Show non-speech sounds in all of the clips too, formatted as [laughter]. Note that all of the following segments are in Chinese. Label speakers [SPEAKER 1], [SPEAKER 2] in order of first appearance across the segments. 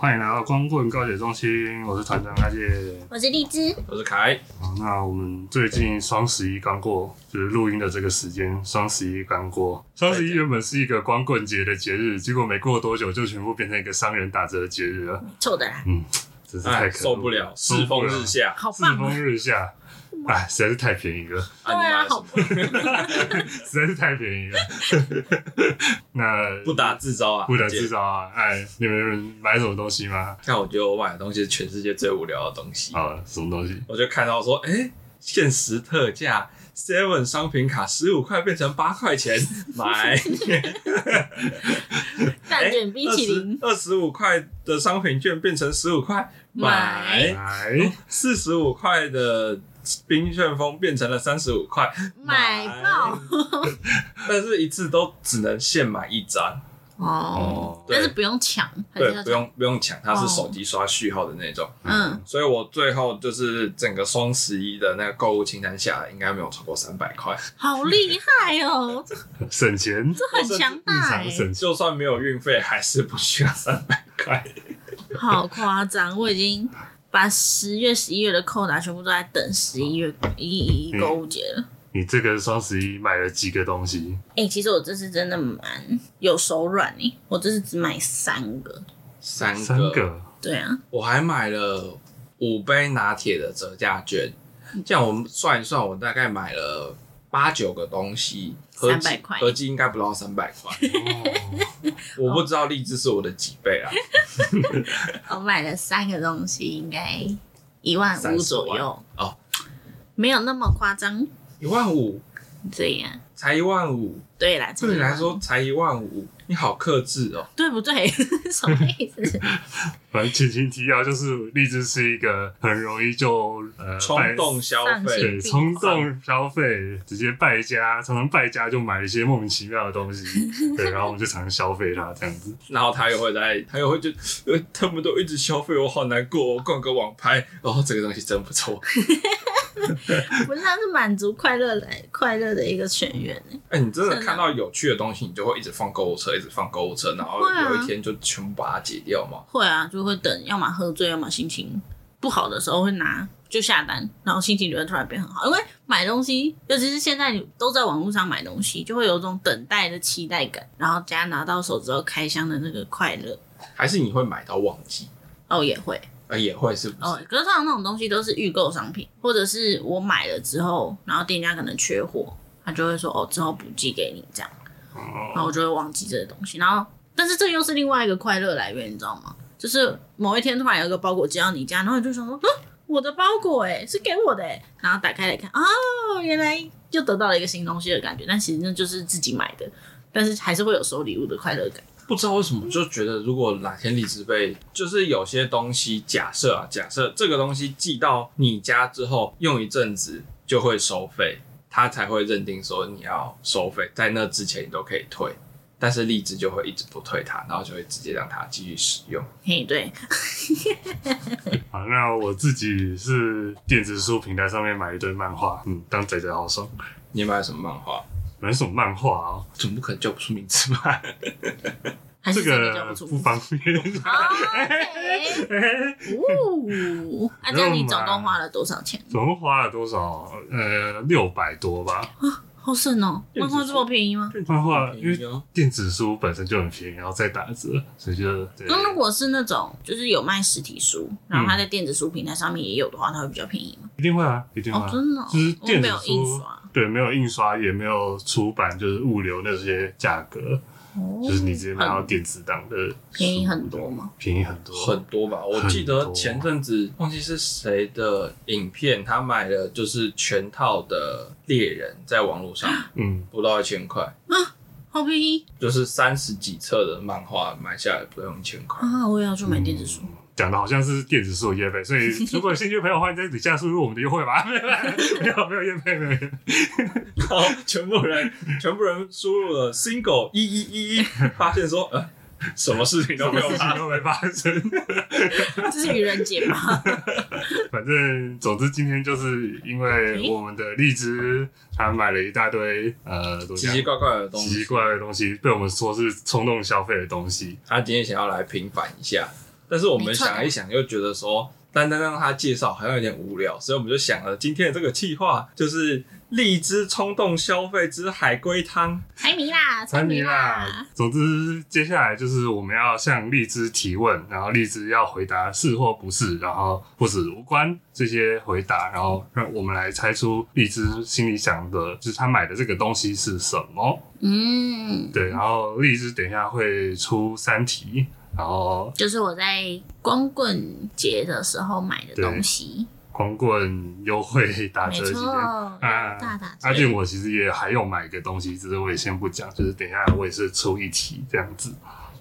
[SPEAKER 1] 欢迎来到光棍告解中心，我是团长阿介。
[SPEAKER 2] 我是荔枝，
[SPEAKER 3] 我是凯，
[SPEAKER 1] 好，那我们最近双十一刚过，就是录音的这个时间，双十一刚过。双十一原本是一个光棍节的节日，结果没过多久就全部变成一个商人打折的节日了，
[SPEAKER 2] 臭的啦，
[SPEAKER 1] 真是太可
[SPEAKER 3] 哎，
[SPEAKER 1] 恶嗯
[SPEAKER 3] 受不了，世风日，下，
[SPEAKER 2] 好
[SPEAKER 1] 世风日下，哎，实在是太便宜了。
[SPEAKER 2] 对啊，好
[SPEAKER 3] 你妈的
[SPEAKER 1] 实在是太便宜了。 [laughs] 那
[SPEAKER 3] 不打自招
[SPEAKER 1] [laughs]
[SPEAKER 3] 啊，
[SPEAKER 1] 不打
[SPEAKER 3] 姐
[SPEAKER 1] 自。招啊！哎，你们买什么东西吗？
[SPEAKER 3] 看，我觉得我买的东西是全世界最无聊的东西，
[SPEAKER 1] 啊，什么东西？
[SPEAKER 3] 我就看到说，哎，限时特价，Seven 商品卡十五块变成八块钱
[SPEAKER 2] [laughs]
[SPEAKER 3] 买，
[SPEAKER 2] 蛋卷冰淇淋，
[SPEAKER 3] 哎二十五块的商品券变成十五块买，
[SPEAKER 1] 哎，
[SPEAKER 3] 四十五块的。冰旋风变成了三十五块，
[SPEAKER 2] 买爆，
[SPEAKER 3] 但是一次都只能限买一张，
[SPEAKER 2] 哦，
[SPEAKER 1] 哦，
[SPEAKER 2] 但是
[SPEAKER 3] 对
[SPEAKER 2] 不用抢，还是
[SPEAKER 3] 对
[SPEAKER 2] 要，
[SPEAKER 3] 不
[SPEAKER 2] 抢，
[SPEAKER 3] 用不用抢，它
[SPEAKER 2] 哦
[SPEAKER 3] 是手机刷序号的那种。
[SPEAKER 2] 嗯，
[SPEAKER 3] 所以我最后就是整个双十一的那个购物清单下来，应该没有超过三百块。
[SPEAKER 2] 好厉害
[SPEAKER 3] [laughs]
[SPEAKER 2] 哦，
[SPEAKER 1] 省钱，
[SPEAKER 2] 这很强
[SPEAKER 1] 日
[SPEAKER 2] 大
[SPEAKER 1] 常
[SPEAKER 2] 哎，
[SPEAKER 1] 省钱。
[SPEAKER 3] 就算没有运费，还是不需要三百块。
[SPEAKER 2] 好夸张，我已经把十月、十一月的扣打全部都在等十一月一一购物节了。
[SPEAKER 1] 你这个双十一买了几个东西？
[SPEAKER 2] 哎、其实我这次真的蛮有手软诶、我这次只买三个，
[SPEAKER 3] 三个，
[SPEAKER 1] 三个。
[SPEAKER 2] 对啊，
[SPEAKER 3] 我还买了五杯拿铁的折价券，
[SPEAKER 2] 嗯
[SPEAKER 3] 这样我们算一算，我大概买了八九个东西，合计
[SPEAKER 2] 300块
[SPEAKER 3] 合计应该不到三百块。
[SPEAKER 1] 哦，
[SPEAKER 3] [laughs] 我不知道荔枝是我的几倍啊？
[SPEAKER 2] 我买了三个东西，应该一万五
[SPEAKER 3] 35
[SPEAKER 2] 左右，
[SPEAKER 3] 哦，
[SPEAKER 2] 没有那么夸张，
[SPEAKER 3] 一万五，
[SPEAKER 2] 这样。
[SPEAKER 3] 才一万五，
[SPEAKER 2] 对啦，
[SPEAKER 3] 对你来说才一万五，你好克制哦。
[SPEAKER 2] 对不对？ [laughs] 什么意
[SPEAKER 3] [laughs]
[SPEAKER 2] 思？
[SPEAKER 1] 反正前情提要就是，荔枝是一个很容易就呃
[SPEAKER 3] 冲动消
[SPEAKER 2] 上
[SPEAKER 3] 费，
[SPEAKER 1] 对，
[SPEAKER 2] 瘾
[SPEAKER 1] 冲动消费，直接败家，常常败家就买一些莫名其妙的
[SPEAKER 2] [laughs]
[SPEAKER 1] 东西，对，然后我们就常常消费它这样子。
[SPEAKER 3] 然后他又会在，他又会就，呃，他们都一直消费我，好难过、哦。逛个网拍，哦，这个东西真不错。
[SPEAKER 2] 不是，它是满足快乐来快乐的一个泉源欸
[SPEAKER 3] 哎、你真
[SPEAKER 2] 真
[SPEAKER 3] 的
[SPEAKER 2] 的
[SPEAKER 3] 看到有趣的东西，你就会一直放购物车，一直放购物车，然后
[SPEAKER 2] 会啊
[SPEAKER 3] 有一天就全部把它解掉嘛。
[SPEAKER 2] 会啊，就会等，要么喝醉，要么心情不好的时候会拿就下单，然后心情就会突然变很好。因为买东西，尤其是现在你都在网络上买东西，就会有种等待的期待感，然后加拿到手之后开箱的那个快乐。
[SPEAKER 3] 还是你会买到忘记，
[SPEAKER 2] 哦，也会
[SPEAKER 3] 呃，也会是不是？
[SPEAKER 2] 哦，可是通常那种东西都是预购商品，或者是我买了之后，然后店家可能缺货，他就会说哦，之后补寄给你这样。
[SPEAKER 1] 哦
[SPEAKER 2] 然后我就会忘记这些东西。然后，但是这又是另外一个快乐来源，你知道吗？就是某一天突然有一个包裹寄到你家，然后你就想说，啊，我的包裹哎、是给我的哎、然后打开来看，哦，原来又得到了一个新东西的感觉。但其实那就是自己买的，但是还是会有收礼物的快乐感。
[SPEAKER 3] 不知道为什么，就觉得如果哪天荔枝被，就是有些东西，假设啊，假设这个东西寄到你家之后，用一阵子就会收费，他才会认定说你要收费，在那之前你都可以退，但是荔枝就会一直不退它，然后就会直接让它继续使用。
[SPEAKER 2] 嘿，对，
[SPEAKER 1] 好，那我自己是电子书平台上面买一堆漫画，嗯，当仔仔好爽。
[SPEAKER 3] 你买了什么漫画？
[SPEAKER 1] 买什么漫画哦？
[SPEAKER 3] 总不可能叫不出名字吧？
[SPEAKER 2] 还
[SPEAKER 1] 这
[SPEAKER 2] 是真的叫
[SPEAKER 1] 个
[SPEAKER 2] 不出
[SPEAKER 1] [laughs] 不方便。
[SPEAKER 2] [laughs] 哦，OK 哦，那、这样你总共花了多少钱？
[SPEAKER 1] 总共花了多少？呃，六百多吧。
[SPEAKER 2] 好省哦，漫画这么便宜吗？
[SPEAKER 1] 漫画因
[SPEAKER 3] 便
[SPEAKER 1] 为
[SPEAKER 3] 宜哦
[SPEAKER 1] 电子书本身就很便宜，然后再打折，所以就对。
[SPEAKER 2] 那如果是那种就是有卖实体书，然后它在
[SPEAKER 1] 嗯
[SPEAKER 2] 电子书平台上面也有的话，它会比较便宜吗？
[SPEAKER 1] 一定会啊，一定会、啊
[SPEAKER 2] 哦真的哦
[SPEAKER 1] 就是电子
[SPEAKER 2] 我没有印
[SPEAKER 1] 书
[SPEAKER 2] 刷，
[SPEAKER 1] 对，没有印刷，也没有出版，就是物流那些价格，
[SPEAKER 2] 哦
[SPEAKER 1] 就是你直接买到电子档的书，
[SPEAKER 2] 便宜很多吗？
[SPEAKER 1] 便宜很多，
[SPEAKER 3] 很多吧，我记
[SPEAKER 1] 很
[SPEAKER 3] 得
[SPEAKER 1] 多
[SPEAKER 3] 前阵子忘记是谁的影片，他买了就是全套的猎人，在网络上
[SPEAKER 1] 嗯，
[SPEAKER 3] 不到一千块，
[SPEAKER 2] 好便宜
[SPEAKER 3] 就是三十几册的漫画买下来不用一千
[SPEAKER 2] [laughs]
[SPEAKER 3] 块。
[SPEAKER 2] 啊！我也要去买电子书，
[SPEAKER 1] 讲的好像是电子书的业费，所以如果有兴趣的朋友，欢迎在底下输入我们的优惠码。没有没有没有业费，没有业配
[SPEAKER 3] 然后全部人全部人输入了 single 一一一一，发现说呃什么事情都没有
[SPEAKER 1] 事
[SPEAKER 3] 发
[SPEAKER 1] [laughs] 情
[SPEAKER 3] 生。
[SPEAKER 1] 都没发生。
[SPEAKER 2] 这是愚人节
[SPEAKER 1] [laughs]
[SPEAKER 2] 吧？
[SPEAKER 1] 反正总之今天就是因为我们的荔枝，他买了一大堆呃，怎么
[SPEAKER 3] 奇
[SPEAKER 1] 讲
[SPEAKER 3] 奇怪怪的东
[SPEAKER 1] 奇奇
[SPEAKER 3] 西，
[SPEAKER 1] 怪怪的东西，被我们说是冲动消费的东西。
[SPEAKER 3] 他今天想要来平反一下，但是我们
[SPEAKER 2] 没错的
[SPEAKER 3] 想一想，又觉得说单单让他介绍好像有点无聊，所以我们就想了今天的这个计划就是荔枝冲动消费之海龟汤。
[SPEAKER 2] 猜谜啦，
[SPEAKER 1] 猜谜
[SPEAKER 2] 谜
[SPEAKER 1] 啦！。总之，接下来就是我们要向荔枝提问，然后荔枝要回答是或不是，然后或是无关这些回答，然后让我们来猜出荔枝心里想的，就是他买的这个东西是什么。
[SPEAKER 2] 嗯，
[SPEAKER 1] 对，然后荔枝等一下会出三题，然后
[SPEAKER 2] 就是我在光棍节的时候买的东西，
[SPEAKER 1] 光棍优惠打
[SPEAKER 2] 没
[SPEAKER 1] 折期
[SPEAKER 2] 错，
[SPEAKER 1] 间。啊
[SPEAKER 2] 大打折。
[SPEAKER 1] 阿俊，我其实也还有买一个东西，只是我也先不讲，就是等一下我也是出一题这样子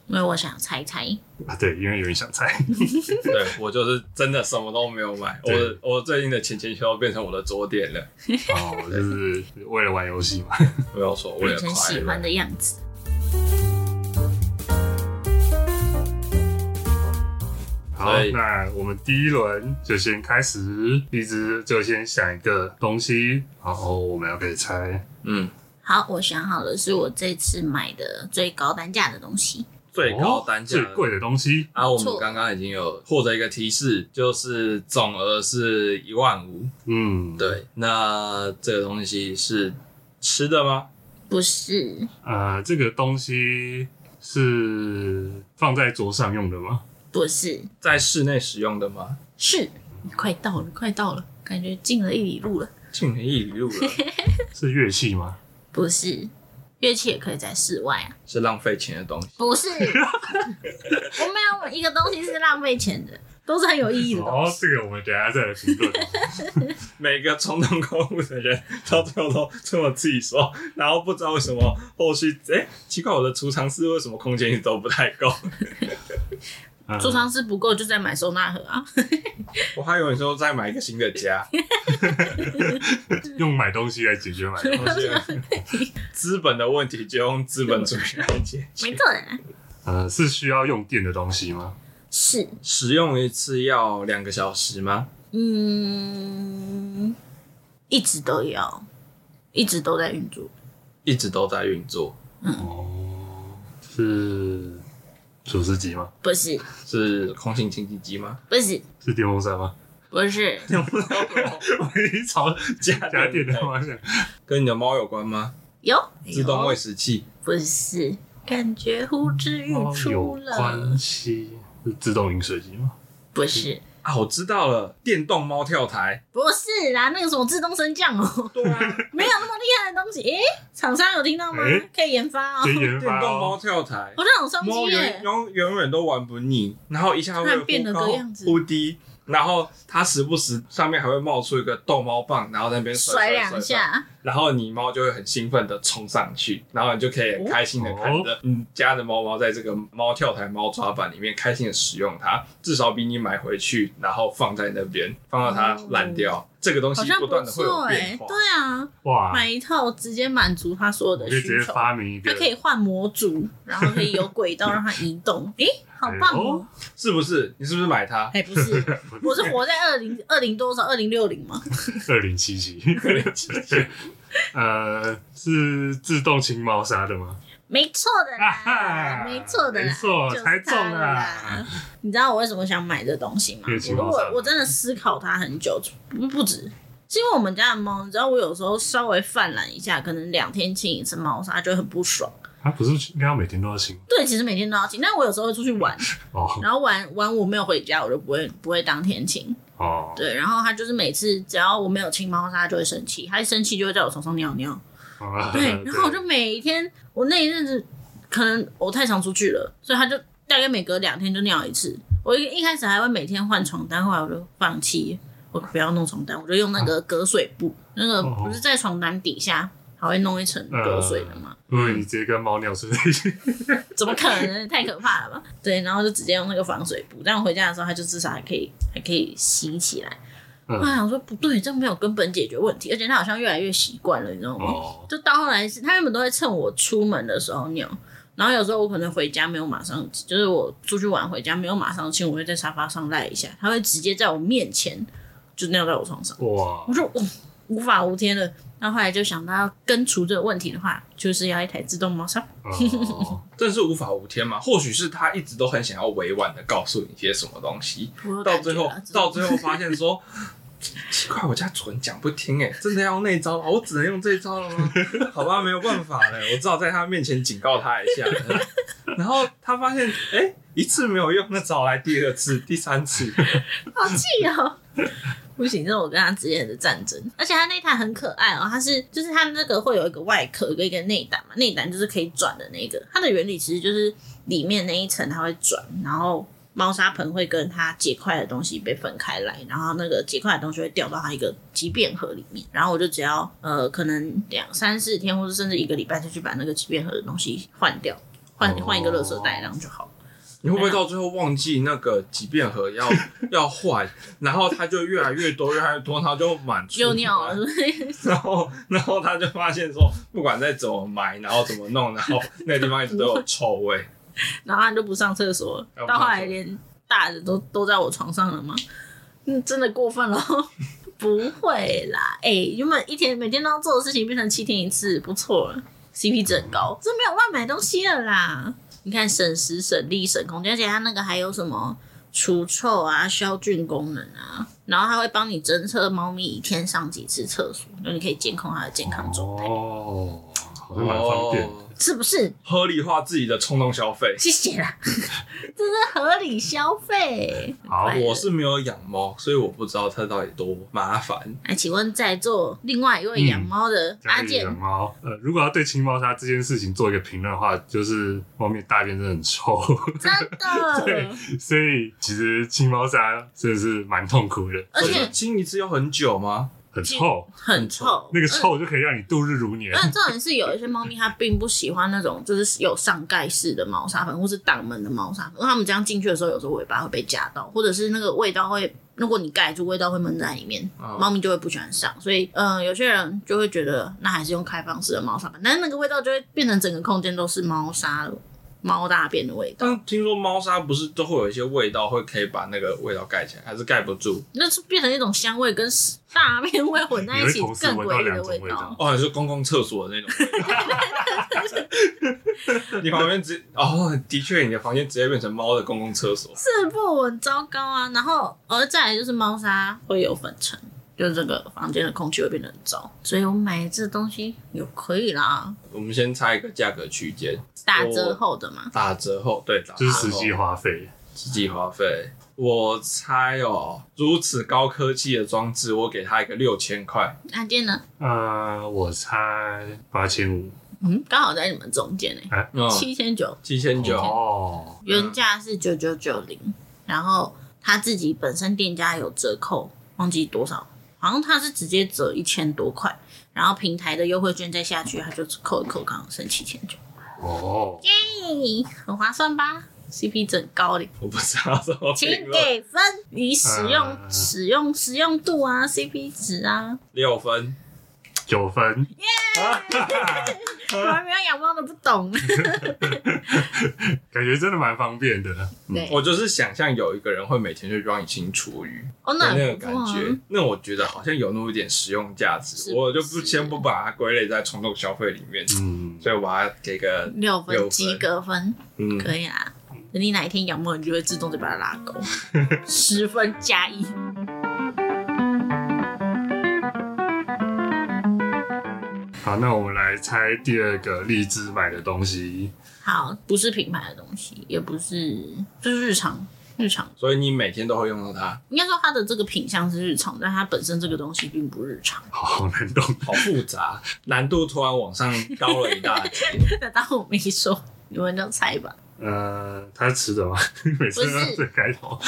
[SPEAKER 2] 因为我想猜猜，
[SPEAKER 1] 啊。对，因为有人想
[SPEAKER 2] [laughs]
[SPEAKER 1] 猜，
[SPEAKER 3] 对我就是真的什么都没有买，我的
[SPEAKER 1] 对
[SPEAKER 3] 我最近的钱钱都变成我的桌垫了，
[SPEAKER 1] 哦，我就是为了玩游戏嘛。
[SPEAKER 3] 没有说为
[SPEAKER 2] 变
[SPEAKER 3] 了
[SPEAKER 2] 成
[SPEAKER 3] 快
[SPEAKER 2] 喜欢
[SPEAKER 3] 乐。
[SPEAKER 2] 的样子。
[SPEAKER 1] 好
[SPEAKER 3] 所以，
[SPEAKER 1] 那我们第一轮就先开始，荔枝就先想一个东西，然后我们要可以猜。
[SPEAKER 3] 嗯，
[SPEAKER 2] 好，我想好了，是我这次买的最高单价的东西。
[SPEAKER 3] 最高单价、
[SPEAKER 1] 哦最贵的东西，
[SPEAKER 3] 啊，我
[SPEAKER 2] 没
[SPEAKER 3] 们
[SPEAKER 2] 错
[SPEAKER 3] 刚刚已经有获得一个提示，就是总额是一万五。
[SPEAKER 1] 嗯，，
[SPEAKER 3] 对，那这个东西是吃的吗？
[SPEAKER 2] 不是，
[SPEAKER 1] 呃，这个东西是放在桌上用的吗？
[SPEAKER 2] 不是，
[SPEAKER 3] 在室内使用的吗？
[SPEAKER 2] 是，快到了，快到了，感觉进了一里路了。
[SPEAKER 3] 进了一里路了，
[SPEAKER 1] 是乐器吗？
[SPEAKER 2] 不是，乐器也可以在室外啊。
[SPEAKER 3] [laughs] 是浪费钱的东西。
[SPEAKER 2] 不是， [laughs] 我没有一个东西是浪费钱的，都是很有意义的东
[SPEAKER 1] 哦，这个我们等一下再来评论。
[SPEAKER 3] 每个冲动购物的人到最后都这么自己说，然后不知道为什么后续，哎、奇怪，我的储藏室为什么空间一直都不太 [laughs] 够？
[SPEAKER 1] 嗯哦
[SPEAKER 2] 西。储藏室不够，就再买收纳盒啊。
[SPEAKER 3] 我还以为你说再买一个新的家，
[SPEAKER 1] 用买东西来解决买东
[SPEAKER 3] [laughs]
[SPEAKER 1] 西。
[SPEAKER 3] 我觉得资本的问题就用资本主义来解决。
[SPEAKER 2] [laughs] 没错啊，
[SPEAKER 1] 呃，是需要用电的东西吗？
[SPEAKER 2] 是，
[SPEAKER 3] 使用一次要两个小时吗？
[SPEAKER 2] 嗯，一直都要，一直都在运作。
[SPEAKER 3] 一直都在运作，
[SPEAKER 1] 哦，是除湿机吗？
[SPEAKER 2] 不是，
[SPEAKER 3] 是空气清新机吗？
[SPEAKER 2] 不是，
[SPEAKER 1] 是电风扇吗？
[SPEAKER 2] 不是，
[SPEAKER 1] 我已经朝
[SPEAKER 3] 家
[SPEAKER 1] 家电
[SPEAKER 3] 电
[SPEAKER 1] 的
[SPEAKER 3] 类
[SPEAKER 1] 方向。
[SPEAKER 3] 跟你的猫有关吗？
[SPEAKER 2] 有
[SPEAKER 3] 自动喂食器，
[SPEAKER 2] 不是，感觉呼之欲
[SPEAKER 1] 哦有
[SPEAKER 2] 出了
[SPEAKER 1] 关。系，是自动饮水机吗？
[SPEAKER 2] 不是，
[SPEAKER 3] 啊，我知道了，电动猫跳台。
[SPEAKER 2] 不是啦，那个什么自动升降哦，
[SPEAKER 3] 对啊，
[SPEAKER 2] 没有那么厉害的东西。诶、厂商有听到吗？
[SPEAKER 1] 诶
[SPEAKER 2] 可以研发哦。
[SPEAKER 1] 先研
[SPEAKER 3] [laughs] 电
[SPEAKER 1] 发
[SPEAKER 3] 动猫
[SPEAKER 1] 哦。
[SPEAKER 3] 跳台
[SPEAKER 2] 我，这种商
[SPEAKER 3] 猫
[SPEAKER 2] 机
[SPEAKER 3] 永
[SPEAKER 2] 耶，
[SPEAKER 3] 永永远都玩不腻，然后一下
[SPEAKER 2] 突
[SPEAKER 3] 会
[SPEAKER 2] 然变
[SPEAKER 3] 忽
[SPEAKER 2] 得
[SPEAKER 3] 高
[SPEAKER 2] 个样子
[SPEAKER 3] 忽低，然后它时不时上面还会冒出一个逗猫棒，然后在那边
[SPEAKER 2] 甩
[SPEAKER 3] 甩
[SPEAKER 2] 两，下，
[SPEAKER 3] 然后你猫就会很兴奋的冲上去，然后你就可以很开心的看
[SPEAKER 2] 哦
[SPEAKER 3] 着你家的猫猫在这个猫跳台、猫抓板里面开心的使用它，至少比你买回去然后放在那边放到它烂掉，这个东
[SPEAKER 2] 哦好
[SPEAKER 3] 西
[SPEAKER 2] 像
[SPEAKER 3] 不断的会有
[SPEAKER 2] 错哎、
[SPEAKER 3] 变化。
[SPEAKER 2] 对啊，
[SPEAKER 1] 哇，
[SPEAKER 2] 买一套直接满足他所
[SPEAKER 1] 我
[SPEAKER 2] 有的
[SPEAKER 1] 可以直
[SPEAKER 2] 需
[SPEAKER 1] 接
[SPEAKER 2] 求。
[SPEAKER 1] 发明一个 [laughs]
[SPEAKER 2] 它，可以换模组，然后可以有轨道让它移动。诶、好棒哦！
[SPEAKER 3] 是不是？你是不是买它？
[SPEAKER 2] 哎、不是，我是活在二零二零多少二零六零吗？
[SPEAKER 1] 二零七七。 [laughs] 呃，是自动清猫砂的吗？
[SPEAKER 2] 没错的
[SPEAKER 1] 啊哈
[SPEAKER 2] 啦，没错的啦，
[SPEAKER 1] 没错
[SPEAKER 2] 就是
[SPEAKER 1] 猜中
[SPEAKER 2] 它
[SPEAKER 1] 了
[SPEAKER 2] 啦。你知道我为什么想买这东西吗？
[SPEAKER 1] 因为骑
[SPEAKER 2] 我
[SPEAKER 1] 猫山
[SPEAKER 2] 我我真的思考它很久，不不止，是因为我们家的猫，你知道我有时候稍微犯懒一下，可能两天清一次猫砂就会很不爽。
[SPEAKER 1] 它不是应该要每天都要清
[SPEAKER 2] 对，其实每天都要清，但我有时候会出去
[SPEAKER 1] [laughs]
[SPEAKER 2] 玩，
[SPEAKER 1] 哦
[SPEAKER 2] 然后玩玩我没有回家，我就不会不会当天清。
[SPEAKER 1] 哦，
[SPEAKER 2] 对，然后它就是每次只要我没有清猫砂，它就会生气，它一生气就会在我床上尿尿。
[SPEAKER 1] 啊
[SPEAKER 2] 对，然后我就每天，我那一阵子可能我太常出去了，所以他就大概每隔两天就尿一次。我一一开始还会每天换床单，后来我就放弃，我不要弄床单，我就用那个隔水布，那个
[SPEAKER 1] 哦嗯
[SPEAKER 2] 不是在床单底下还会弄一层隔水的吗？
[SPEAKER 1] 因为你直接跟猫尿睡在一起，
[SPEAKER 2] 怎么可能？太可怕了吧？对，然后就直接用那个防水布，这样回家的时候它就至少还可以还可以吸起来。
[SPEAKER 1] 嗯
[SPEAKER 2] 后来想说不对，这没有根本解决问题，而且它好像越来越习惯了，你知道吗？
[SPEAKER 1] 哦，
[SPEAKER 2] 就到后来是，他原本都会趁我出门的时候尿，然后有时候我可能回家没有马上，就是我出去玩回家没有马上亲，我会在沙发上赖一下，他会直接在我面前就尿在我床上，
[SPEAKER 1] [laughs] 哇
[SPEAKER 2] 我，说我无法无天了。那后来就想到要根除这个问题的话，就是要一台自动猫砂。
[SPEAKER 1] 哦，
[SPEAKER 3] 真的是无法无天吗？或许是他一直都很想要委婉的告诉你些什么东西，
[SPEAKER 2] 我有
[SPEAKER 3] 到
[SPEAKER 2] 感觉啊
[SPEAKER 3] 最后
[SPEAKER 2] 了自动
[SPEAKER 3] 到最后发现说，奇怪，我家主人讲不听哎、真的要用那招了，我只能用这招了吗？ [laughs] 好吧，没有办法了，我只好在他面前警告他一下。 [laughs] 然后他发现，哎、一次没有用，那找来第二次、第三次，
[SPEAKER 2] 好气哦！ [laughs] 不行，这是我跟他之间的战争。而且他那台很可爱哦，它是就是它那个会有一个外壳跟一个内胆嘛，内胆就是可以转的那个。它的原理其实就是里面那一层它会转，然后猫砂盆会跟它结块的东西被分开来，然后那个结块的东西会掉到它一个集便盒里面。然后我就只要呃可能两三四天，或者甚至一个礼拜，就去把那个集便盒的东西换掉，换
[SPEAKER 1] 哦
[SPEAKER 2] 换一个垃圾袋，这样就好了。
[SPEAKER 3] 你会不会到最后忘记那个几遍盒要要换，然后他就越来越多，越来越多，然后就满出
[SPEAKER 2] 又尿了，
[SPEAKER 3] 来
[SPEAKER 2] 是不是？
[SPEAKER 3] [laughs] 然后然后他就发现说，不管再怎么埋，然后怎么弄，然后那个地方一直都有臭味。
[SPEAKER 2] 然后他就不上厕所了
[SPEAKER 3] 他，不上
[SPEAKER 2] 到
[SPEAKER 3] 厕所
[SPEAKER 2] 后来连大的都都在我床上了吗？嗯，真的过分了。 [laughs] 不会啦，哎、原本一天每天都要做的事情变成七天一次，不错了，CP 值很高，这没有乱买东西了啦。你看省时省力省空间，而且它那个还有什么除臭啊、消菌功能啊，然后它会帮你侦测猫咪一天上几次厕所，就你可以监控它的健康状态，
[SPEAKER 1] 哦，好像蛮方便的。
[SPEAKER 3] 哦
[SPEAKER 2] 是不是？
[SPEAKER 3] 合理化自己的冲动消费。
[SPEAKER 2] 谢谢啦， [laughs] 这是合理消费。
[SPEAKER 1] 好
[SPEAKER 2] 很快乐
[SPEAKER 3] 我是没有养猫，所以我不知道它到底多麻烦。
[SPEAKER 2] 那哎请问在座另外一位养猫的
[SPEAKER 1] 嗯家
[SPEAKER 2] 阿
[SPEAKER 1] 里
[SPEAKER 2] 健，
[SPEAKER 1] 养猫，呃，如果要对清猫砂这件事情做一个评论的话，就是猫咪的大便真的很臭， [laughs]
[SPEAKER 2] 真
[SPEAKER 1] 对
[SPEAKER 2] 的，
[SPEAKER 1] 所以其实清猫砂真的是蛮痛苦的，
[SPEAKER 2] 而
[SPEAKER 3] 可
[SPEAKER 2] 且
[SPEAKER 3] 是清一次要很久吗？
[SPEAKER 1] 很臭，
[SPEAKER 2] 很臭，
[SPEAKER 1] 那个臭就可以让你度日如年
[SPEAKER 2] 嗯。。但重点是有一些猫咪它并不喜欢那种就是有上盖式的猫砂盆或是挡门的猫砂盆，因为它们这样进去的时候，有时候尾巴会被夹到，或者是那个味道会，如果你盖住，味道会闷在里面，
[SPEAKER 1] 哦
[SPEAKER 3] 啊
[SPEAKER 2] 猫咪就会不喜欢上。所以，嗯、有些人就会觉得那还是用开放式的猫砂盆，但是那个味道就会变成整个空间都是猫砂了，猫大便的味道。
[SPEAKER 3] 但听说猫砂不是都会有一些味道，会可以把那个味道盖起来，还是盖不住？
[SPEAKER 2] 那是变成一种香味跟屎大便味混在一起，
[SPEAKER 1] 你会同时
[SPEAKER 2] 更
[SPEAKER 1] 闻到
[SPEAKER 2] 诡异
[SPEAKER 1] 两
[SPEAKER 2] 的
[SPEAKER 1] 种味
[SPEAKER 2] 道
[SPEAKER 1] 道。
[SPEAKER 3] 哦，你是公共厕所的那种
[SPEAKER 2] [laughs]
[SPEAKER 3] 味道。你旁边直哦，的确，你的房间直接变成猫的公共厕所。
[SPEAKER 2] 是不很糟糕啊。然后，而再来就是猫砂会有粉尘，就是这个房间的空气会变得很糟。所以我买这东西也可以啦，
[SPEAKER 3] 我们先猜一个价格区间，
[SPEAKER 2] 打折后的嘛。
[SPEAKER 3] 打折后对，打折
[SPEAKER 1] 就是
[SPEAKER 3] 后
[SPEAKER 1] 实际花费，
[SPEAKER 3] 实际花费，我猜哦，如此高科技的装置，我给他一个六千块。
[SPEAKER 2] 那今天呢？
[SPEAKER 1] 呃，我猜八千五，
[SPEAKER 2] 嗯，刚好在你们中间呢、
[SPEAKER 3] 嗯，
[SPEAKER 2] 七千九，
[SPEAKER 3] 七千九，
[SPEAKER 1] 哦，
[SPEAKER 2] 原价是九九九零，然后他自己本身店家有折扣，忘记多少，好像他是直接折一千多块，然后平台的优惠券再下去，他就扣一扣，刚好剩七千九，
[SPEAKER 1] 哦，
[SPEAKER 2] 耶，很划算吧？CP 值很高嘞，
[SPEAKER 3] 我不知道怎么
[SPEAKER 2] 请
[SPEAKER 3] 评论。
[SPEAKER 2] 给分，以使用、
[SPEAKER 3] 啊
[SPEAKER 1] 嗯
[SPEAKER 2] 使用使用度啊，CP 值啊，
[SPEAKER 3] 六分，
[SPEAKER 1] 九分，
[SPEAKER 2] 我还没有养猫的不懂，
[SPEAKER 1] [laughs] 感觉真的蛮方便的。
[SPEAKER 2] [laughs] 对，
[SPEAKER 3] 我就是想象有一个人会每天去帮你清厨余
[SPEAKER 2] 哦，
[SPEAKER 3] 的
[SPEAKER 2] 那
[SPEAKER 3] 那个
[SPEAKER 2] 很不
[SPEAKER 3] 感
[SPEAKER 2] 错啊
[SPEAKER 3] 觉，那我觉得好像有那么一点实用价值，
[SPEAKER 2] 是
[SPEAKER 3] 我就不
[SPEAKER 2] 是
[SPEAKER 3] 先不把它归类在冲动消费里面，
[SPEAKER 1] 嗯，
[SPEAKER 3] 所以我把它给个
[SPEAKER 2] 六
[SPEAKER 3] 六
[SPEAKER 2] 分
[SPEAKER 3] 分
[SPEAKER 2] 及格分。
[SPEAKER 3] 嗯，
[SPEAKER 2] 可以啦。等你哪一天养猫，你就会自动就把它拉
[SPEAKER 3] [laughs]
[SPEAKER 2] 钩，十分加一。
[SPEAKER 1] 好，那我们来猜第二个荔枝买的东西。
[SPEAKER 2] 好，不是品牌的东西，也不是，就是日常日常。
[SPEAKER 3] 所以你每天都会用到它，
[SPEAKER 2] 应该说它的这个品相是日常，但它本身这个东西并不日常。 [laughs]
[SPEAKER 1] 好难懂，
[SPEAKER 3] 好复杂，难度突然往上高了一大截。
[SPEAKER 2] [laughs] 那当我没说，你们就猜吧。
[SPEAKER 1] 呃，它是吃的吗？ [laughs] 每次都要最开头，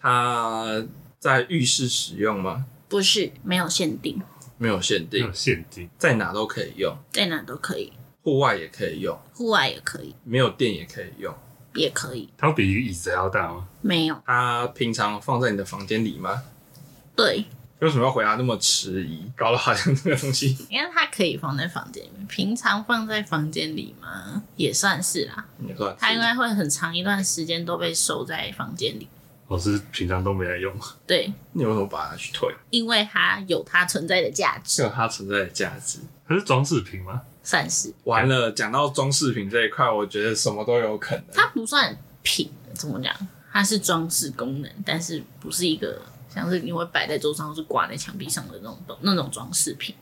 [SPEAKER 3] 它在浴室使用吗？
[SPEAKER 2] 不是，没有限定，
[SPEAKER 3] 没有限
[SPEAKER 1] 没
[SPEAKER 3] 定
[SPEAKER 1] 有，限定，
[SPEAKER 3] 在哪都可以用，
[SPEAKER 2] 在哪都可以，
[SPEAKER 3] 户外也可以用，
[SPEAKER 2] 户外也可以，
[SPEAKER 3] 没有电也可以用。
[SPEAKER 2] 也可以，
[SPEAKER 1] 它比椅子还要大吗？
[SPEAKER 2] 没有。
[SPEAKER 3] 它平常放在你的房间里吗？
[SPEAKER 2] 对，
[SPEAKER 3] 为什么要回答那么迟疑？搞得好像这个东西
[SPEAKER 2] 因为它可以放在房间里面，平常放在房间里嘛，也算是啦。
[SPEAKER 3] 也算
[SPEAKER 2] 它应
[SPEAKER 3] 是
[SPEAKER 2] 该会很长一段时间都被收在房间里。
[SPEAKER 1] 我是平常都没在用。
[SPEAKER 2] 对，
[SPEAKER 3] 你为什么把它去退？
[SPEAKER 2] 因为它有它存在的价
[SPEAKER 3] 这
[SPEAKER 2] 值，
[SPEAKER 3] 有它存在的价值。
[SPEAKER 1] 可是装饰品吗？
[SPEAKER 2] 算是
[SPEAKER 3] 完了，讲到装饰品这一块，我觉得什么都有可能。
[SPEAKER 2] 它不算品，怎么讲？它是装饰功能，但是不是一个像是你会摆在桌上或是挂在墙壁上的那种东那种装饰品，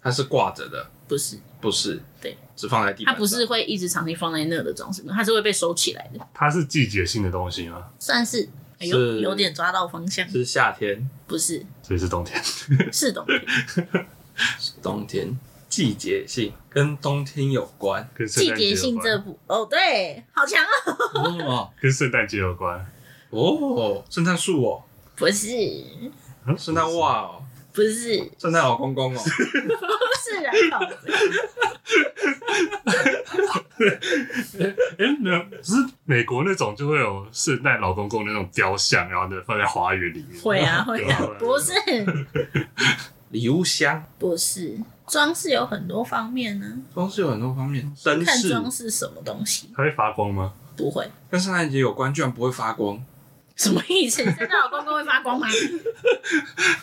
[SPEAKER 3] 它是挂着的，
[SPEAKER 2] 不是。
[SPEAKER 3] 不是？
[SPEAKER 2] 对，
[SPEAKER 3] 只放在地
[SPEAKER 2] 它
[SPEAKER 3] 板。
[SPEAKER 2] 不是，会一直长期放在那的装饰品，它是会被收起来的，
[SPEAKER 1] 它是季节性的东西吗？
[SPEAKER 2] 算是。哎呦，
[SPEAKER 3] 是
[SPEAKER 2] 有点抓到方向，
[SPEAKER 3] 是夏天、
[SPEAKER 2] 不是
[SPEAKER 1] 所以是
[SPEAKER 2] [laughs]
[SPEAKER 1] 冬天。
[SPEAKER 2] 是冬天，
[SPEAKER 3] 冬天，季节性跟冬天有关。
[SPEAKER 1] 跟圣
[SPEAKER 2] 季
[SPEAKER 1] 诞节
[SPEAKER 2] 节
[SPEAKER 1] 有
[SPEAKER 2] 性
[SPEAKER 1] 关
[SPEAKER 2] 这部哦，对，好强啊！
[SPEAKER 3] 哦
[SPEAKER 1] 跟圣诞节有关，
[SPEAKER 3] 哦，圣诞树哦，
[SPEAKER 2] 不是，
[SPEAKER 1] 嗯
[SPEAKER 3] 圣诞袜哦，
[SPEAKER 2] 不是，
[SPEAKER 3] 圣诞老公 [laughs] 公
[SPEAKER 2] 不
[SPEAKER 3] 哦，
[SPEAKER 2] 是啊，靠
[SPEAKER 1] 哎、没有，只是美国那种就会有圣诞老公公那种雕像，然后呢放在花园里面。
[SPEAKER 2] 会
[SPEAKER 3] [laughs]
[SPEAKER 2] 啊会啊
[SPEAKER 1] 有啊，
[SPEAKER 2] 不是
[SPEAKER 3] 礼物箱，
[SPEAKER 2] 不是，装饰有很多方面呢、
[SPEAKER 3] 装饰有很多方面，灯
[SPEAKER 2] 看
[SPEAKER 3] 饰
[SPEAKER 2] 装饰什么东西，
[SPEAKER 1] 它会发光吗？
[SPEAKER 2] 不会
[SPEAKER 3] 跟圣诞节有关，居然不会发光。
[SPEAKER 2] 什么意思？圣诞老公公会发
[SPEAKER 3] [laughs]
[SPEAKER 2] 光吗？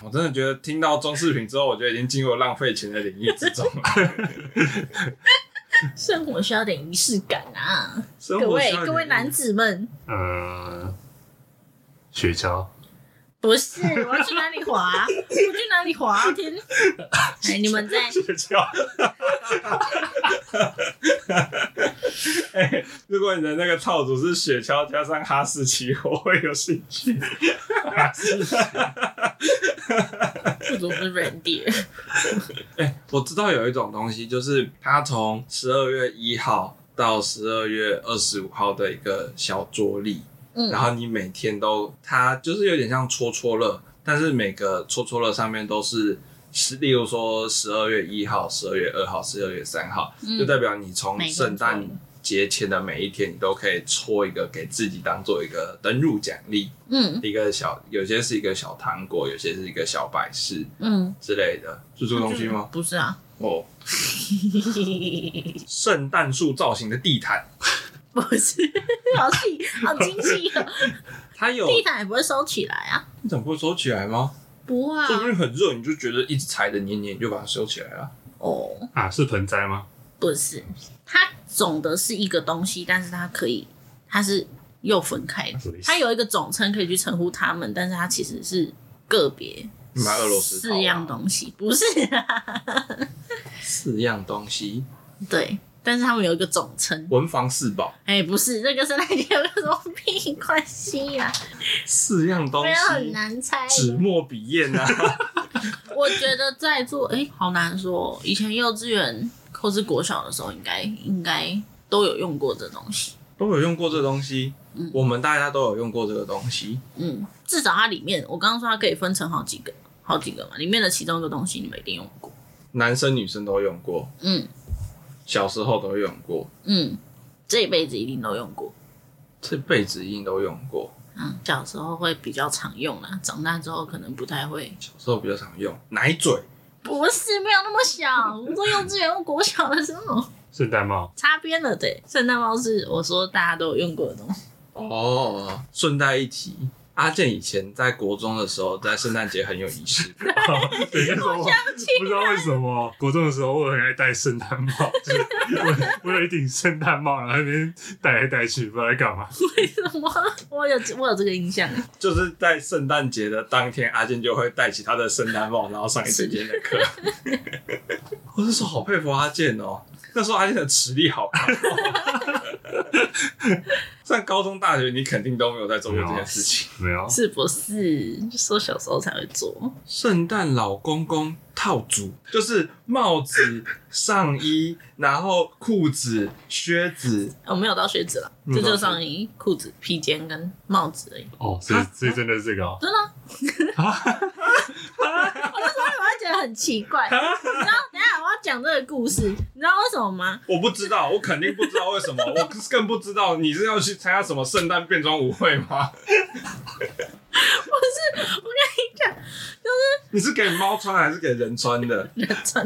[SPEAKER 3] 我真的觉得听到装饰品之后，我觉得已经进入浪费钱的领域之中
[SPEAKER 2] [laughs]
[SPEAKER 3] 了。
[SPEAKER 2] 生活需要点仪式感啊，
[SPEAKER 3] 生
[SPEAKER 2] 各
[SPEAKER 3] 活需
[SPEAKER 2] 位
[SPEAKER 3] 要领域
[SPEAKER 2] 各位男，子们，
[SPEAKER 1] 呃，雪橇，
[SPEAKER 2] 不是我要去哪里
[SPEAKER 3] [laughs]
[SPEAKER 2] 滑？我去哪里滑？天，哎，你们在
[SPEAKER 1] 雪
[SPEAKER 3] [laughs]
[SPEAKER 1] 橇，
[SPEAKER 3] 哎如果你的那个套组是雪橇加上哈士奇，我会有兴趣。
[SPEAKER 2] 不足是 reindeer，
[SPEAKER 3] 哎、 [laughs] 我知道有一种东西，就是它从十二月一号到十二月二十五号的一个小桌历，
[SPEAKER 2] 嗯
[SPEAKER 3] 然后你每天都，它就是有点像戳戳乐，但是每个戳戳乐上面都是十，例如说十二月一号、十二月二号、十二月三号，
[SPEAKER 2] 嗯
[SPEAKER 3] 就代表你从
[SPEAKER 2] 每天
[SPEAKER 3] 圣诞
[SPEAKER 2] 抽
[SPEAKER 3] 节前的每一天，你都可以戳一个给自己当做一个登入奖励，
[SPEAKER 2] 嗯
[SPEAKER 3] 一个小，有些是一个小糖果，有些是一个小摆饰
[SPEAKER 2] 嗯，
[SPEAKER 3] 之类的，是这个东西吗？
[SPEAKER 2] 不是啊， [laughs]
[SPEAKER 3] 哦，圣诞树造型的地毯，
[SPEAKER 2] 不是，好细，好精细哦。
[SPEAKER 3] 它有，
[SPEAKER 2] 地毯也不会收起来啊，
[SPEAKER 3] 你怎么不会收起来吗？
[SPEAKER 2] 不会
[SPEAKER 3] 说不
[SPEAKER 2] 啊。
[SPEAKER 3] 定很热，你就觉得一直踩的黏黏，你就把它收起来了。
[SPEAKER 2] 哦，
[SPEAKER 1] 啊，是盆栽吗？
[SPEAKER 2] 不是，它总的是一个东西，但是它可以，它是又分开的
[SPEAKER 1] 什么意，思
[SPEAKER 2] 它有一个总称可以去称呼它们，但是它其实是个别
[SPEAKER 3] 你买俄罗斯
[SPEAKER 2] 四样东西，不是 [laughs] 啊，
[SPEAKER 3] 四样东西，
[SPEAKER 2] 对。但是它们有一个总称，
[SPEAKER 3] 文房四宝，
[SPEAKER 2] 哎、不是这个圣诞节有什么屁关系呀、啊？
[SPEAKER 3] 四样东
[SPEAKER 2] 不要很
[SPEAKER 3] 西，
[SPEAKER 2] 难猜。
[SPEAKER 3] 纸墨笔砚 [laughs] 啊，
[SPEAKER 2] 我觉得在座，哎、好难说。以前幼稚园或是国小的时候应该应该都有用过这东西。
[SPEAKER 3] 都有用过这东西
[SPEAKER 2] 嗯。
[SPEAKER 3] 我们大家都有用过这个东西，
[SPEAKER 2] 嗯，至少它里面，我刚刚说它可以分成好几个，好几个嘛，里面的其中一个东西你们一定用过。
[SPEAKER 3] 男生女生都用过，
[SPEAKER 2] 嗯
[SPEAKER 3] 小时候都用过，
[SPEAKER 2] 嗯，这一辈子一定都用过。
[SPEAKER 3] 这辈子一定都用过。
[SPEAKER 2] 嗯，小时候会比较常用啦，长大之后可能不太会。
[SPEAKER 3] 小时候比较常用奶嘴，
[SPEAKER 2] 不是没有那么小，我说幼稚园、或国小的时候
[SPEAKER 1] 圣诞帽， [laughs]
[SPEAKER 2] 擦边了对，圣诞帽是我说大家都有用过的东西。
[SPEAKER 3] 哦，顺带一提，阿健以前在国中的时候，在圣诞节很有仪式感。
[SPEAKER 2] [laughs]
[SPEAKER 1] 等一下说，不知道为什么国中的时候我很爱戴圣诞帽，就是我我有一顶圣诞帽，然后在那边戴来戴去，不知道在干嘛。
[SPEAKER 2] 为什么？ [laughs] 我有我有这个印象。
[SPEAKER 3] 就是在圣诞节的当天，阿健就会戴起他的圣诞帽，然后上一整天的课。 [laughs] 我那时候好佩服阿健哦，那时候阿健的实力好高、 [laughs] 上高中、大学，你肯定都没有在做过这件事情。
[SPEAKER 1] 没有，
[SPEAKER 2] 是不是？就说小时候才会做，
[SPEAKER 3] 圣诞老公公套组就是帽子、上衣，然后裤子、靴子，
[SPEAKER 2] 我、哦没有到靴子了，
[SPEAKER 3] 没
[SPEAKER 2] 就
[SPEAKER 3] 有到
[SPEAKER 2] 就
[SPEAKER 3] 靴子
[SPEAKER 2] 上衣、裤子、披肩跟帽子而已。
[SPEAKER 1] 哦，所以所以真的是这个、哦，
[SPEAKER 2] 啊真的啊。我就说我会觉得很奇怪，你知道？等一下我要讲这个故事，你知道为什么吗？
[SPEAKER 3] 我不知道，我肯定不知道为什么，我更不知道你是要去参加什么圣诞变装舞会吗？
[SPEAKER 2] 我跟你讲，
[SPEAKER 3] 你是给猫穿还是给人穿的？
[SPEAKER 2] 人穿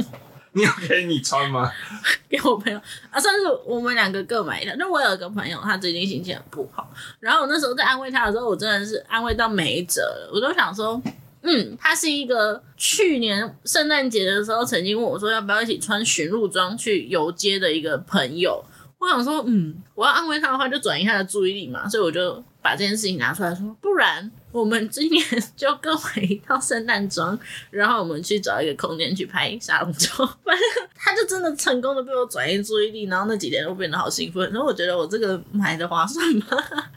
[SPEAKER 3] 你有给你穿吗？
[SPEAKER 2] [laughs] 给我朋友啊，算是我们两个各买一条。那我有一个朋友，他最近心情很不好，然后我那时候在安慰他的时候，我真的是安慰到没辙了，我都想说。嗯，他是一个去年圣诞节的时候曾经问我说要不要一起穿巡路装去游街的一个朋友，我想说，嗯，我要安慰他的话就转移他的注意力嘛，所以我就把这件事情拿出来说，不然我们今年就各买一套圣诞装，然后我们去找一个空间去拍沙龙照，反正他就真的成功的被我转移注意力，然后那几天都变得好兴奋，然后我觉得我这个买的划算吗？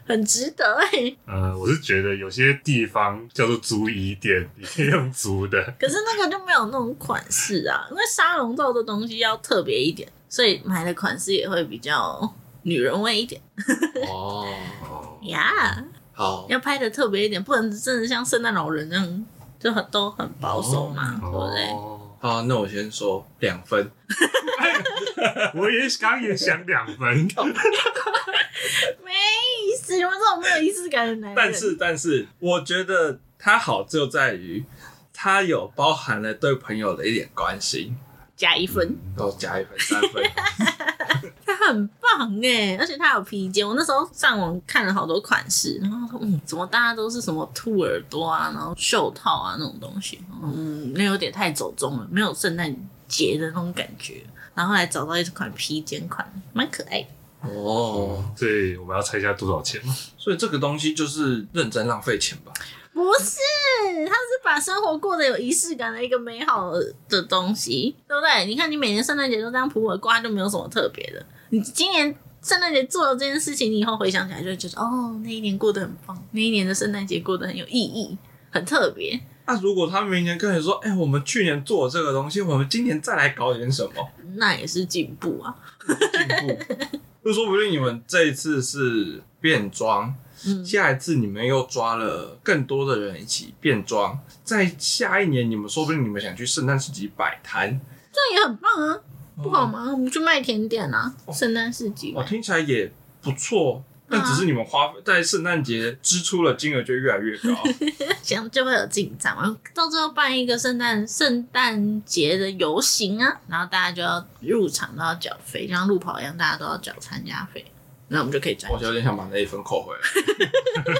[SPEAKER 2] 很值得哎、
[SPEAKER 1] 呃，我是觉得有些地方叫做足衣店，你可以用足的。
[SPEAKER 2] 可是那个就没有那种款式啊，因为沙龙照这东西要特别一点，所以买的款式也会比较女人味一点
[SPEAKER 3] 哦，
[SPEAKER 1] 哦，
[SPEAKER 2] 呀。
[SPEAKER 3] 好，
[SPEAKER 2] 要拍的特别一点，不能真的像圣诞老人那样，就很都很保守嘛，对不对？
[SPEAKER 1] 哦，
[SPEAKER 3] 好，那我先说两分。
[SPEAKER 1] 我也刚也想两分，
[SPEAKER 2] 没意思，你们这种没有仪式感的男人，
[SPEAKER 3] 但是，但是，我觉得它好就在于它有包含了对朋友的一点关心，
[SPEAKER 2] 加一分，
[SPEAKER 3] 都加一分，三分。
[SPEAKER 2] 他很棒哎，而且他有披肩，我那时候上网看了好多款式，然后说嗯，怎么大家都是什么兔耳朵啊，然后袖套啊那种东西，嗯，那有点太走中了，没有圣诞节的那种感觉。然后后来找到一款披肩款，蛮可爱的。
[SPEAKER 3] 哦，
[SPEAKER 1] 所以我们要猜一下多少钱吗？
[SPEAKER 3] 所以这个东西就是认真浪费钱吧。
[SPEAKER 2] 不是，他是把生活过得有仪式感的一个美好的东西，对不对？你看，你每年圣诞节都这样普洱瓜，就没有什么特别的。你今年圣诞节做了这件事情，你以后回想起来就会觉得，哦，那一年过得很棒，那一年的圣诞节过得很有意义，很特别。
[SPEAKER 3] 那、如果他明年跟你说，哎、我们去年做了这个东西，我们今年再来搞点什么
[SPEAKER 2] 那也是进步啊。
[SPEAKER 3] 进步， [laughs] 就说不定你们这一次是变装，
[SPEAKER 2] 嗯，
[SPEAKER 3] 下一次你们又抓了更多的人一起变装，在下一年你们说不定你们想去圣诞市集摆摊，
[SPEAKER 2] 这也很棒啊，不好吗？我们去卖甜点啊，圣诞市集
[SPEAKER 3] 哦，
[SPEAKER 2] 嘛。
[SPEAKER 3] 听起来也不错。但
[SPEAKER 2] 嗯
[SPEAKER 3] 只是你们花费在圣诞节支出的金额就越来越
[SPEAKER 2] [laughs]
[SPEAKER 3] 高，
[SPEAKER 2] 这样就会有进展嘛。到最后办一个圣诞圣诞节的游行啊，然后大家就要入场都要缴费，就像路跑一样，大家都要缴参加费，那我们就可以赚
[SPEAKER 3] 我就有点想把那一分扣回来。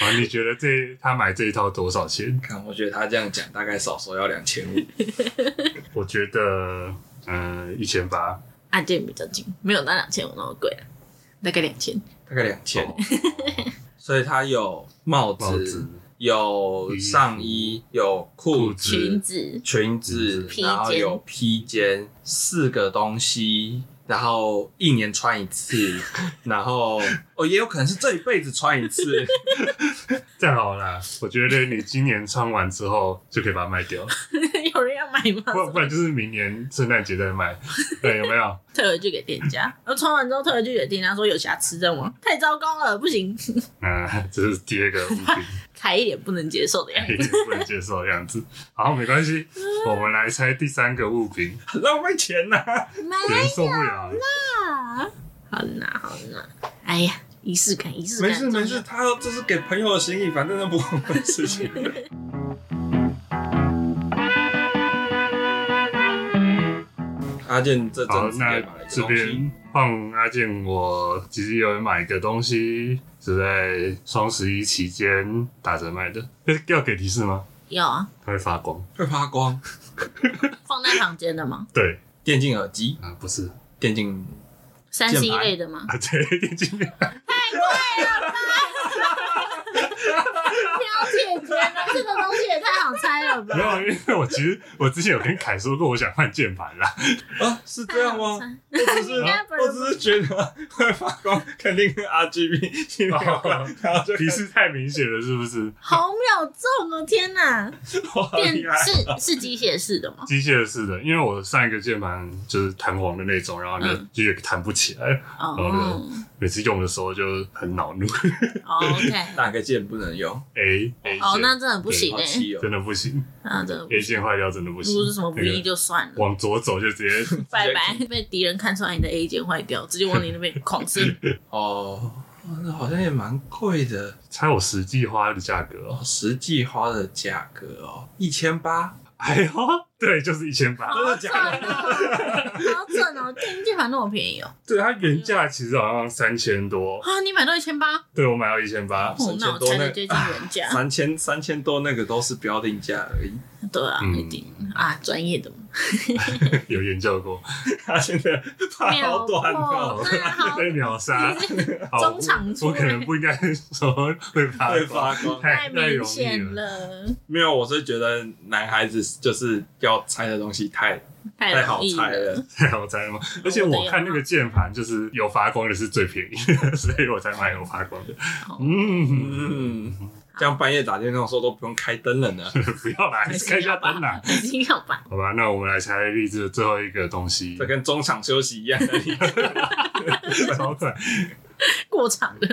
[SPEAKER 1] 啊，你觉得这他买这一套多少钱？
[SPEAKER 3] 看，我觉得他这样讲大概少说要两千五。
[SPEAKER 1] 我觉得，嗯，一千八。
[SPEAKER 2] 按键比较近，没有到两千五那么贵啊，大概两千。
[SPEAKER 3] 大概两千
[SPEAKER 1] 哦，
[SPEAKER 3] [laughs] 所以它有帽子、
[SPEAKER 1] 帽子、
[SPEAKER 3] 有上衣、有裤子、
[SPEAKER 2] 裙子 [laughs]
[SPEAKER 3] 裙子
[SPEAKER 1] 裙
[SPEAKER 2] 子
[SPEAKER 3] 然后
[SPEAKER 2] 披肩
[SPEAKER 3] 有披肩，四个东西，然后一年穿一次， [laughs] 然后哦，也有可能是这一辈子穿一次。 [laughs]
[SPEAKER 1] 这样好了啦，我觉得你今年穿完之后就可以把它卖掉，
[SPEAKER 2] 有人要买
[SPEAKER 1] 不然
[SPEAKER 2] 吗？
[SPEAKER 1] 不然就是明年圣诞节再卖，对，有没有？
[SPEAKER 2] 退回去给店家，然后穿完之后退回去给店家说有瑕疵的吗？太糟糕了，不行，
[SPEAKER 1] 嗯，这是第二个物品。
[SPEAKER 2] [laughs] 凯一脸不能接受的样子。
[SPEAKER 1] 一点不能接受的样子。好，没关系，我们来猜第三个物品，
[SPEAKER 3] 很浪费钱呐、
[SPEAKER 1] 有人受不了了。
[SPEAKER 2] 啊，好啦好啦，哎呀，仪式感仪式感，
[SPEAKER 3] [laughs] 没事没事，，
[SPEAKER 2] 啊
[SPEAKER 3] 他这是给朋友的心意，反正那不关我的事 [laughs] 情。阿健这
[SPEAKER 1] 好
[SPEAKER 3] 阵，子
[SPEAKER 1] 那
[SPEAKER 3] 也买了一个
[SPEAKER 1] 这
[SPEAKER 3] 东西，
[SPEAKER 1] 边换阿健，我其实有买一个东西，是在双十一期间打折卖的。要给提示吗？
[SPEAKER 2] 有啊，
[SPEAKER 1] 它会发光。
[SPEAKER 3] 会发光，
[SPEAKER 2] 放在房间的吗？
[SPEAKER 1] 对，
[SPEAKER 3] 电竞耳机，
[SPEAKER 1] 啊、不是
[SPEAKER 3] 电竞
[SPEAKER 2] 三 C 类的 [laughs] 吗？
[SPEAKER 1] 啊，对， [laughs] 电竞面
[SPEAKER 2] 了解觉了，啊这个东西也太好猜了 [laughs]
[SPEAKER 1] 没有，？啊因为我其实我之前有跟凯说过，我想换键盘
[SPEAKER 2] [laughs]
[SPEAKER 1] 啦。
[SPEAKER 3] 啊，是这样
[SPEAKER 2] 太好
[SPEAKER 3] 吗？我只是
[SPEAKER 2] [laughs] 应该不是
[SPEAKER 3] 我只是觉得会发光，肯定跟 RGB 系列有关，然后就
[SPEAKER 1] 提示太明显了，是不是？
[SPEAKER 2] 好秒中哦！天哪，
[SPEAKER 3] 哇
[SPEAKER 2] 电
[SPEAKER 3] 厉害
[SPEAKER 2] 是是机械式的吗？
[SPEAKER 1] 机械式的，因为我上一个键盘就是弹簧的那种，然后呢
[SPEAKER 2] 嗯
[SPEAKER 1] 就也弹不起来，
[SPEAKER 2] 哦
[SPEAKER 1] 每次用的时候就很恼怒。 [laughs]
[SPEAKER 2] 哦，OK，
[SPEAKER 3] 哪个键不能用？
[SPEAKER 1] A A
[SPEAKER 2] 哦，那
[SPEAKER 1] 键
[SPEAKER 2] 真的不行
[SPEAKER 3] 好
[SPEAKER 2] 哎，
[SPEAKER 3] 气哦！
[SPEAKER 1] 真的不行
[SPEAKER 2] 那真的不
[SPEAKER 1] ，A
[SPEAKER 2] 行。
[SPEAKER 1] 键坏掉真的不
[SPEAKER 2] 如
[SPEAKER 1] 行。
[SPEAKER 2] 果是什么 V
[SPEAKER 1] 那个
[SPEAKER 2] 就算了，
[SPEAKER 1] 往左走就直
[SPEAKER 2] [laughs]
[SPEAKER 1] 接
[SPEAKER 2] 拜拜，被敌人看出来你的 A 键坏掉，直接往你那边
[SPEAKER 1] [laughs]
[SPEAKER 2] 狂射。
[SPEAKER 3] 哦，哇那好像也蛮贵的，
[SPEAKER 2] [laughs]
[SPEAKER 1] 猜我实际花的价格哦
[SPEAKER 3] 哦，实际花的价格哦，一千八，
[SPEAKER 1] 哎呦，对，就是一千八。
[SPEAKER 2] 好准哦， [laughs] 好准哦！电竞键盘那么便宜哦？
[SPEAKER 1] 对，它原价其实好像三千多，
[SPEAKER 2] 啊，你买到一千八，
[SPEAKER 1] 对我买到一千
[SPEAKER 2] [laughs]
[SPEAKER 1] 八。
[SPEAKER 2] 哦，那我猜的接近原价。
[SPEAKER 3] 三千三千多那个都是标定价而已。 [laughs]
[SPEAKER 2] 对啊，
[SPEAKER 1] [laughs] 嗯
[SPEAKER 2] 一定啊，专业的
[SPEAKER 1] [laughs]
[SPEAKER 2] 嘛。
[SPEAKER 1] 有研究过，
[SPEAKER 3] 他现在怕好短哦，
[SPEAKER 2] 秒对
[SPEAKER 1] [laughs]
[SPEAKER 2] 啊，好
[SPEAKER 1] 被秒杀。好
[SPEAKER 2] 中场出
[SPEAKER 1] 我我可能不应该说会发
[SPEAKER 3] 会发光。
[SPEAKER 2] 太
[SPEAKER 1] 太太
[SPEAKER 2] 明
[SPEAKER 1] 容易
[SPEAKER 2] 显。了，
[SPEAKER 3] 没有，我是觉得男孩子就是要猜的东西太
[SPEAKER 2] 太
[SPEAKER 3] 太好
[SPEAKER 2] 容易
[SPEAKER 3] 猜
[SPEAKER 1] [laughs]
[SPEAKER 2] 了。
[SPEAKER 3] 了。
[SPEAKER 1] [laughs] 太好猜了吗？而且我看那个键盘，就是有发光的是最便宜的， [laughs] 所以我才买有发光的。嗯， [laughs]
[SPEAKER 3] 嗯，这样半夜打电动的时候都不用开灯了呢。
[SPEAKER 1] 不要啦，还是看一下灯啦。
[SPEAKER 2] [laughs] 已经要吧，
[SPEAKER 1] 好吧，那我们来猜荔枝的最后一个东西
[SPEAKER 3] 这，跟中场休息一样而已。
[SPEAKER 1] [laughs] 超快。
[SPEAKER 2] 过场了。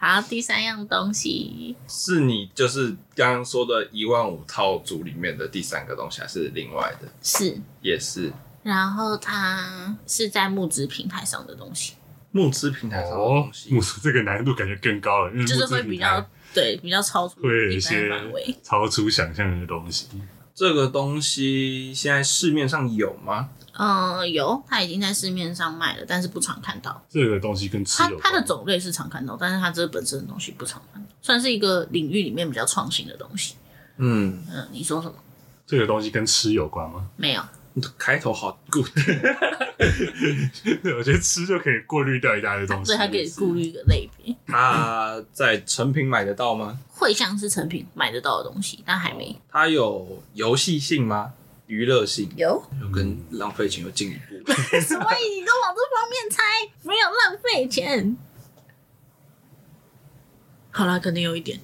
[SPEAKER 2] 好，第三样东西，
[SPEAKER 3] 是你就是刚刚说的一万五套组里面的第三个东西，还是另外的？
[SPEAKER 2] 是，
[SPEAKER 3] 也是
[SPEAKER 2] 然后它是在募资平台上的东西，
[SPEAKER 3] 募资平台上的
[SPEAKER 1] 哦
[SPEAKER 3] 东，西。
[SPEAKER 1] 木薯这个难度感觉更高了，因为
[SPEAKER 2] 就是
[SPEAKER 1] 嗯木
[SPEAKER 2] 会
[SPEAKER 1] 制
[SPEAKER 2] 比
[SPEAKER 1] 品牌
[SPEAKER 2] 较对比较超出
[SPEAKER 1] 会有一
[SPEAKER 2] 一般
[SPEAKER 1] 些
[SPEAKER 2] 范围。
[SPEAKER 1] 超出想象的东西。
[SPEAKER 3] 这个东西现在市面上有吗？
[SPEAKER 2] 嗯，有，它已经在市面上卖了，但是不常看到。
[SPEAKER 1] 这个东西跟吃
[SPEAKER 2] 它
[SPEAKER 1] 有关
[SPEAKER 2] 它的种类是常看到，但是它这本身的东西不常看到，算是一个领域里面比较创新的东西。
[SPEAKER 3] 嗯，
[SPEAKER 2] 嗯，你说什么？
[SPEAKER 1] 这个东西跟吃有关吗？
[SPEAKER 2] 没有，
[SPEAKER 3] 开头好固定，
[SPEAKER 1] [laughs] 对，我觉得吃就可以过滤掉一大堆东西。
[SPEAKER 2] 所以它可以顾虑一个类别，
[SPEAKER 3] 它在成品买得到吗？
[SPEAKER 2] 会像是成品买得到的东西，但还没
[SPEAKER 3] 它有游戏性吗？娱乐性？
[SPEAKER 2] 有。
[SPEAKER 3] 有跟浪费钱又进一步。
[SPEAKER 2] 所以你都往这方面猜，没有浪费钱。好啦，可能有一点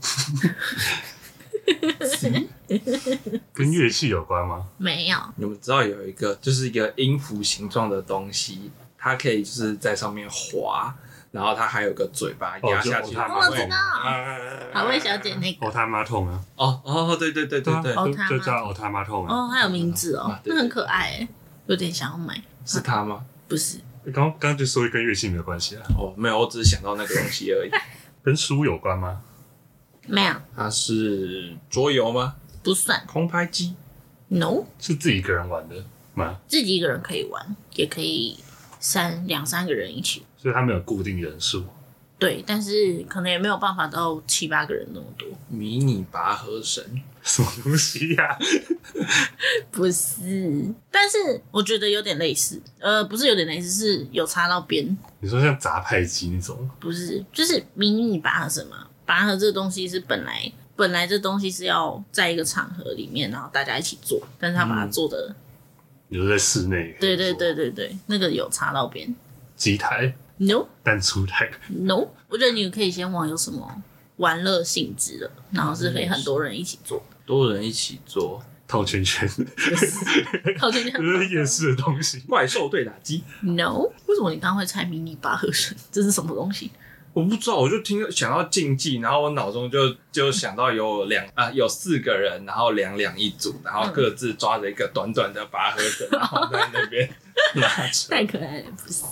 [SPEAKER 1] 跟乐器有关吗？
[SPEAKER 2] 没有，
[SPEAKER 3] 你们知道有一个就是一个音符形状的东西，它可以就是在上面滑，然后它还有个嘴巴
[SPEAKER 1] 哦啊
[SPEAKER 3] 压
[SPEAKER 1] 就
[SPEAKER 3] 下
[SPEAKER 1] 我
[SPEAKER 3] 去，
[SPEAKER 1] 他
[SPEAKER 3] 它
[SPEAKER 1] 妈
[SPEAKER 2] 我
[SPEAKER 3] 会
[SPEAKER 2] 知道，好味小姐那个
[SPEAKER 1] 欧他妈痛啊！
[SPEAKER 3] 哦哦，对对对对对，
[SPEAKER 2] 哦
[SPEAKER 1] 就
[SPEAKER 2] 他妈
[SPEAKER 1] 就叫欧他妈痛啊！
[SPEAKER 2] 哦，它有名字哦
[SPEAKER 3] 啊，对
[SPEAKER 2] 那很可爱欸，有点想要买，
[SPEAKER 3] 是它吗？
[SPEAKER 2] 不是？
[SPEAKER 1] 刚刚刚就说跟乐器没有关系啊，
[SPEAKER 3] 哦，没有，我只是想到那个东西而已。 [laughs]
[SPEAKER 1] 跟书有关吗？
[SPEAKER 2] 没有，
[SPEAKER 3] 它是桌游吗？
[SPEAKER 2] 不算
[SPEAKER 3] 空拍机？
[SPEAKER 2] ，no，
[SPEAKER 1] 是自己一个人玩的吗？
[SPEAKER 2] 自己一个人可以玩，也可以三两三个人一起，
[SPEAKER 1] 所以他没有固定人数。
[SPEAKER 2] 对，但是可能也没有办法到七八个人那么多，
[SPEAKER 3] 迷你拔河绳？
[SPEAKER 1] 什么东西呀、 [laughs]
[SPEAKER 2] 不是，但是我觉得有点类似，呃，不是有点类似，是有插到边，
[SPEAKER 1] 你说像杂牌机那种，
[SPEAKER 2] 不是，就是迷你拔河什么？拔河这东西是本来本来这东西是要在一个场合里面，然后大家一起做，但是他把它做的，
[SPEAKER 1] 你说在室内？
[SPEAKER 2] 对对，对对对，那个有插到边。
[SPEAKER 1] 机台、
[SPEAKER 2] No
[SPEAKER 1] 弹珠台，
[SPEAKER 2] No，我觉得你可以先往有什么玩乐性质的，然后是可以很多人一起做。
[SPEAKER 3] 多人一起做
[SPEAKER 1] 套圈圈， [laughs]
[SPEAKER 2] 靠近
[SPEAKER 1] 这 [laughs] 是夜市的东西。
[SPEAKER 3] 怪兽对打机？
[SPEAKER 2] No，为什么你刚刚会猜迷你拔河绳？这是什么东西？
[SPEAKER 3] 我不知道，我就听想到竞技，然后我脑中就就想到有两啊、有四个人，然后两两一组，然后各自抓着一个短短的拔河绳，然后在那边拉
[SPEAKER 2] [laughs]
[SPEAKER 3] 扯。
[SPEAKER 2] 太可爱了，不是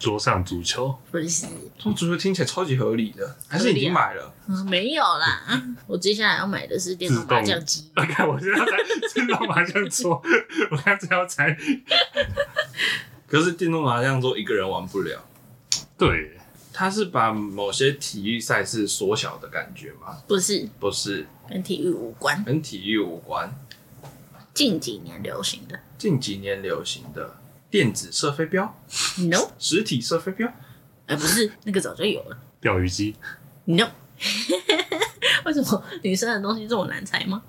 [SPEAKER 1] 桌上足球，
[SPEAKER 2] 不是，
[SPEAKER 3] 我觉得听起来超级合理的，还是已经买了？
[SPEAKER 2] 嗯没有啦。我接下来要买的是电动
[SPEAKER 1] 自动
[SPEAKER 2] 麻将机。
[SPEAKER 1] 大啊概我现在要猜 [laughs] 自动麻将桌，我刚才要猜，
[SPEAKER 3] 可是电动麻将桌一个人玩不了，
[SPEAKER 1] 对，
[SPEAKER 3] 它是把某些体育赛事缩小的感觉吗？
[SPEAKER 2] 不是，
[SPEAKER 3] 不是，
[SPEAKER 2] 跟体育无关，
[SPEAKER 3] 跟体育无关。
[SPEAKER 2] 近几年流行的。
[SPEAKER 3] 近几年流行的电子射飞镖、
[SPEAKER 2] No，
[SPEAKER 3] 实体射飞镖，
[SPEAKER 2] 呃，不是，那个早就有了。
[SPEAKER 1] 钓鱼机，
[SPEAKER 2] No，为什么女生的东西这么难猜吗？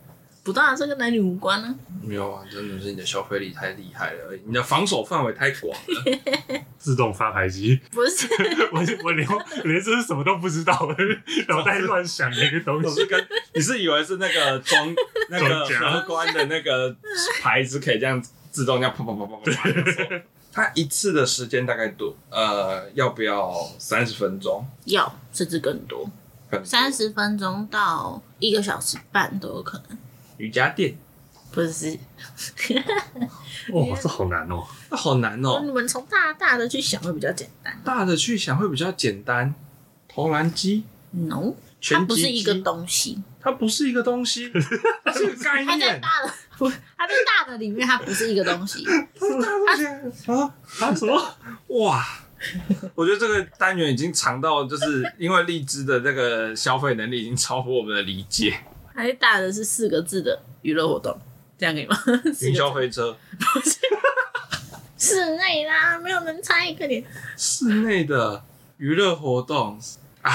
[SPEAKER 2] 不当然，这跟男女无关呢、
[SPEAKER 3] 没有啊，真的是你的消费力太厉害了而已，你的防守范围太广了。
[SPEAKER 1] 自动发牌机， [laughs]
[SPEAKER 2] 不是，
[SPEAKER 1] 我我连连这是什么都不知道， [laughs] 我脑袋乱想的一个东
[SPEAKER 3] 我
[SPEAKER 1] 西
[SPEAKER 3] 是。跟你是以为是那个装那个
[SPEAKER 1] 装甲
[SPEAKER 3] 荷官的那个牌子可以这样自动这样啪啪啪啪啪啪的走。它一次的时间大概多呃，要不要三十分钟？
[SPEAKER 2] 要甚至更多，
[SPEAKER 3] 很
[SPEAKER 2] 三十分钟到一个小时半都有可能。
[SPEAKER 3] 瑜伽垫，
[SPEAKER 2] 不是，
[SPEAKER 1] [laughs] 哇，这好难 [laughs] 哦！
[SPEAKER 3] 那好难
[SPEAKER 2] [laughs]
[SPEAKER 3] 哦。
[SPEAKER 2] 你们从大大的去想会比较简单。
[SPEAKER 3] 大的去想会比较简单，投篮机、
[SPEAKER 2] No，它
[SPEAKER 3] 拳击
[SPEAKER 2] 不是一个
[SPEAKER 3] 机
[SPEAKER 2] 东西，
[SPEAKER 3] 它不是一个东西，它是个概
[SPEAKER 2] 它在
[SPEAKER 3] 念。
[SPEAKER 2] 大的 [laughs] 不，它在大的里面，它不是一个东西。
[SPEAKER 3] 它是大东西啊啊什么？哇！我觉得这个单元已经长到，就是因为荔枝的这个消费能力已经超乎我们的理解。
[SPEAKER 2] 它在大的是四个字的娱乐活动，这样可以吗？四
[SPEAKER 3] 云
[SPEAKER 2] 个
[SPEAKER 3] 霄飞车，
[SPEAKER 2] [laughs] 室内啦，没有人猜，快点。
[SPEAKER 3] 室内的娱乐活动啊，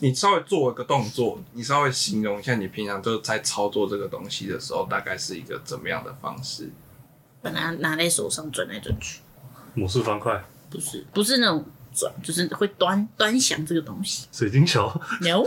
[SPEAKER 3] 你稍微做一个动作，你稍微形容一下你平常就在操作这个东西的时候，大概是一个怎么样的方式？
[SPEAKER 2] 把它拿在手上转来转去，
[SPEAKER 1] 魔术方块、
[SPEAKER 2] 不是不是那种转，就是会端端详这个东西。
[SPEAKER 1] 水晶球
[SPEAKER 2] No，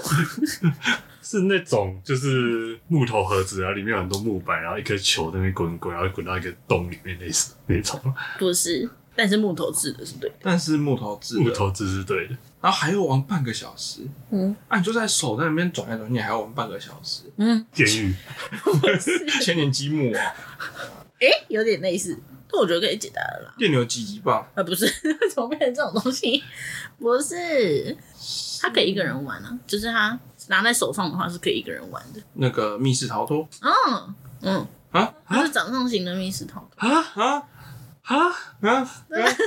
[SPEAKER 2] [laughs]
[SPEAKER 1] 是那种就是木头盒子，然啊后里面有很多木板，然后一颗球在那边滚滚，然后滚到一个洞里面，类似那种
[SPEAKER 2] 不是，但是木头制的是对的。
[SPEAKER 3] 但是木头制的
[SPEAKER 1] 木，头字是对的。
[SPEAKER 3] 然后还要玩半个小时，
[SPEAKER 2] 嗯
[SPEAKER 3] 啊，你就在手在那边转来转去，你还要玩半个小时， [laughs]
[SPEAKER 2] 嗯，
[SPEAKER 1] 监狱
[SPEAKER 3] 千年积木啊，
[SPEAKER 2] 哎、有点类似，但我觉得可以解答了啦。
[SPEAKER 3] 电流几级棒，
[SPEAKER 2] 啊，不是， [laughs] 怎么变成这种东西？不是，它可以一个人玩啊，就是它拿在手上的话是可以一个人玩的。
[SPEAKER 3] 那个密室逃脱
[SPEAKER 2] 嗯嗯，
[SPEAKER 3] 啊
[SPEAKER 2] 它是掌上型的密室逃脱，
[SPEAKER 1] 啊
[SPEAKER 3] 啊
[SPEAKER 1] 啊！
[SPEAKER 3] 啊啊！ [laughs]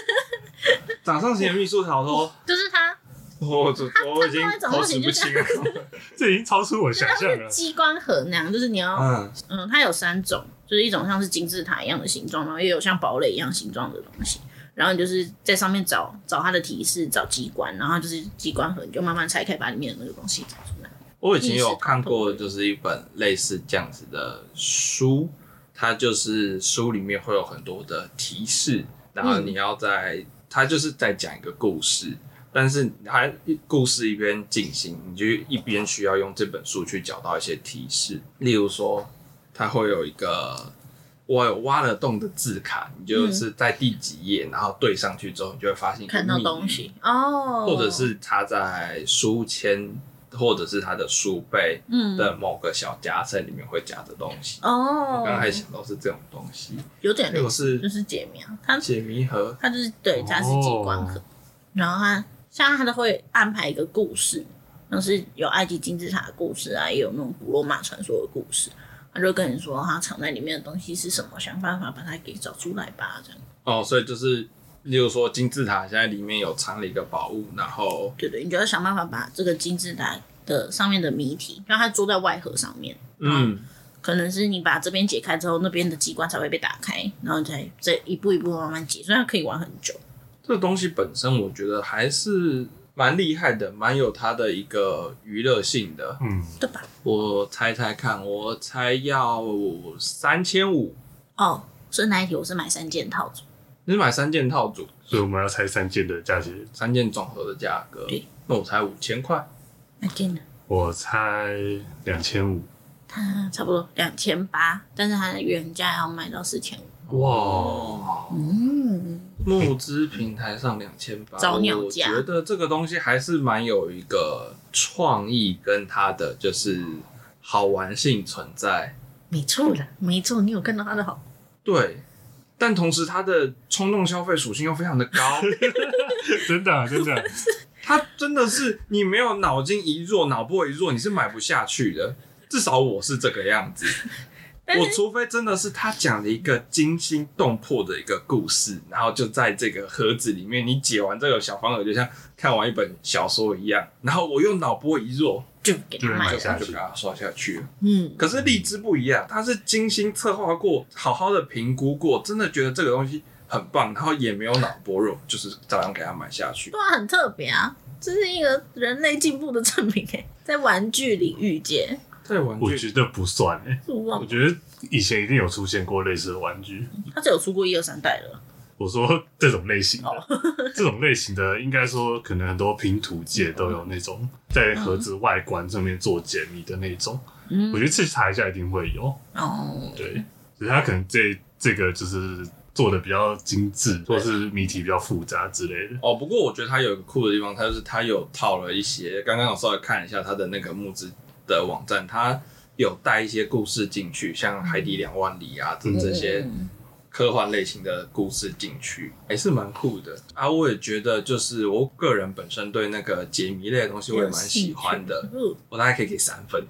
[SPEAKER 3] 掌上型的密室逃脱，
[SPEAKER 2] 就是它
[SPEAKER 3] 我我我已经
[SPEAKER 2] [laughs] 他他掌
[SPEAKER 3] 口
[SPEAKER 2] 上
[SPEAKER 3] 齿
[SPEAKER 2] 型
[SPEAKER 3] 不
[SPEAKER 2] 就
[SPEAKER 3] 清
[SPEAKER 2] 是
[SPEAKER 3] 了。
[SPEAKER 1] 这已经超出我想
[SPEAKER 2] 它
[SPEAKER 1] 象
[SPEAKER 2] 会
[SPEAKER 1] 了。
[SPEAKER 2] 机关盒那样，就是你要
[SPEAKER 3] 嗯，
[SPEAKER 2] 嗯，它有三种，就是一种像是金字塔一样的形状，然后也有像堡垒一样形状的东西。然后你就是在上面找找它的提示，找机关，然后就是机关盒，你就慢慢拆开，把里面的那个东西找出来。
[SPEAKER 3] 我以前有看过，就是一本类似这样子的书，它就是书里面会有很多的提示，然后你要在、它就是在讲一个故事，但是它一故事一边进行，你就一边需要用这本书去找到一些提示，例如说它会有一个。我有挖了洞的字卡，你就是在第几页，然后对上去之后，你就会发现一个
[SPEAKER 2] 看到
[SPEAKER 3] 谜语
[SPEAKER 2] 东西哦，
[SPEAKER 3] 或者是他在书签，或者是他的书背
[SPEAKER 2] 嗯
[SPEAKER 3] 的某个小夹层里面会夹着东西。
[SPEAKER 2] 哦
[SPEAKER 3] 我，刚开始想到是这种东西，
[SPEAKER 2] 有点
[SPEAKER 3] 那
[SPEAKER 2] 类
[SPEAKER 3] 个
[SPEAKER 2] 似
[SPEAKER 3] 是
[SPEAKER 2] 就是解谜啊，它
[SPEAKER 3] 解谜盒，
[SPEAKER 2] 它就是对，它是机关盒，然后它像它都会安排一个故事，像是有埃及金字塔的故事啊，也有那种古罗马传说的故事，他就跟你说它藏在里面的东西是什么，想办法把它给找出来吧，这样
[SPEAKER 3] 哦，所以就是，例如说金字塔现在里面有藏了一个宝物，然后
[SPEAKER 2] 对对，你就要想办法把这个金字塔的上面的谜题，让它坐在外盒上面，
[SPEAKER 3] 嗯，
[SPEAKER 2] 可能是你把这边解开之后，那边的机关才会被打开，然后再再一步一步慢慢解，所以它可以玩很久。
[SPEAKER 3] 这东西本身我觉得还是蛮厉害的，蛮有它的一个娱乐性的。
[SPEAKER 1] 嗯，
[SPEAKER 2] 对吧？
[SPEAKER 3] 我猜猜看，我猜要三千五，
[SPEAKER 2] 哦，所以那一题我是买三件套组，
[SPEAKER 3] 你买三件套组，
[SPEAKER 1] 所以我们要猜三件的价钱。
[SPEAKER 3] 三件总和的价格
[SPEAKER 2] 对，
[SPEAKER 3] 那我才五千块。
[SPEAKER 2] 那件呢？
[SPEAKER 1] 我猜两千五。
[SPEAKER 2] 它 [laughs] 差不多两千八，但是它的原价要卖到四千五。
[SPEAKER 3] 哇，
[SPEAKER 2] 嗯，
[SPEAKER 3] 募资平台上两千八，
[SPEAKER 2] 早鸟
[SPEAKER 3] 我
[SPEAKER 2] 价
[SPEAKER 3] 觉得这个东西还是蛮有一个创意跟它的就是好玩性存在。
[SPEAKER 2] 没错了，没错，你有看到它的好。
[SPEAKER 3] 对，但同时它的冲动消费属性又非常的
[SPEAKER 2] [laughs]
[SPEAKER 3] 高，
[SPEAKER 1] [laughs] 真的、啊、真的，
[SPEAKER 3] 它真的是你没有脑筋一弱、脑波一弱，你是买不下去的。至少我是这个样子。
[SPEAKER 2] [laughs] 但
[SPEAKER 3] 我
[SPEAKER 2] 是
[SPEAKER 3] 除非真的是他讲了一个惊心动魄的一个故事，然后就在这个盒子里面，你解完这个小方盒，就像看完一本小说一样。然后我用脑波一弱，
[SPEAKER 2] 就给它
[SPEAKER 1] 就
[SPEAKER 2] 卖
[SPEAKER 1] 买
[SPEAKER 2] 了。
[SPEAKER 3] 就
[SPEAKER 1] 下
[SPEAKER 3] 把
[SPEAKER 1] 去
[SPEAKER 3] 它刷下去了。
[SPEAKER 2] 嗯，
[SPEAKER 3] 可是荔枝不一样，它是精心策划过，好好的评估过，真的觉得这个东西很棒，然后也没有脑波弱，就是照样给它买下去。
[SPEAKER 2] 对啊，很特别啊，这是一个人类进步的证明诶，在玩具领域界，
[SPEAKER 3] 在
[SPEAKER 1] [laughs]
[SPEAKER 3] 玩
[SPEAKER 1] 我
[SPEAKER 3] 具
[SPEAKER 1] 觉得不算哎、
[SPEAKER 2] 我忘
[SPEAKER 1] 我
[SPEAKER 2] 了，
[SPEAKER 1] 觉得以前一定有出现过类似的玩具。
[SPEAKER 2] 它只有出过一二三代了。
[SPEAKER 1] 我说这种类型
[SPEAKER 2] 哦
[SPEAKER 1] 的， [laughs] 这种类型的，应该说可能很多拼图界都有那种在盒子外观上面做解谜的那种。
[SPEAKER 2] 嗯
[SPEAKER 1] 我觉得去查一下一定会有。
[SPEAKER 2] 哦，
[SPEAKER 1] 对，只是它可能这这个就是做的比较精致，或是谜题比较复杂之类的。
[SPEAKER 3] 哦，不过我觉得它有一个酷的地方，它就是它有套了一些，刚刚我稍微看了一下它的那个募资的网站，它有带一些故事进去，像《海底两万里》啊，这这些
[SPEAKER 2] 嗯
[SPEAKER 3] 科幻类型的故事进去，也是蛮酷的啊。我也觉得，就是我个人本身对那个解谜类的东西，我也蛮喜欢的。
[SPEAKER 2] 嗯，
[SPEAKER 3] 我大概可以给三分，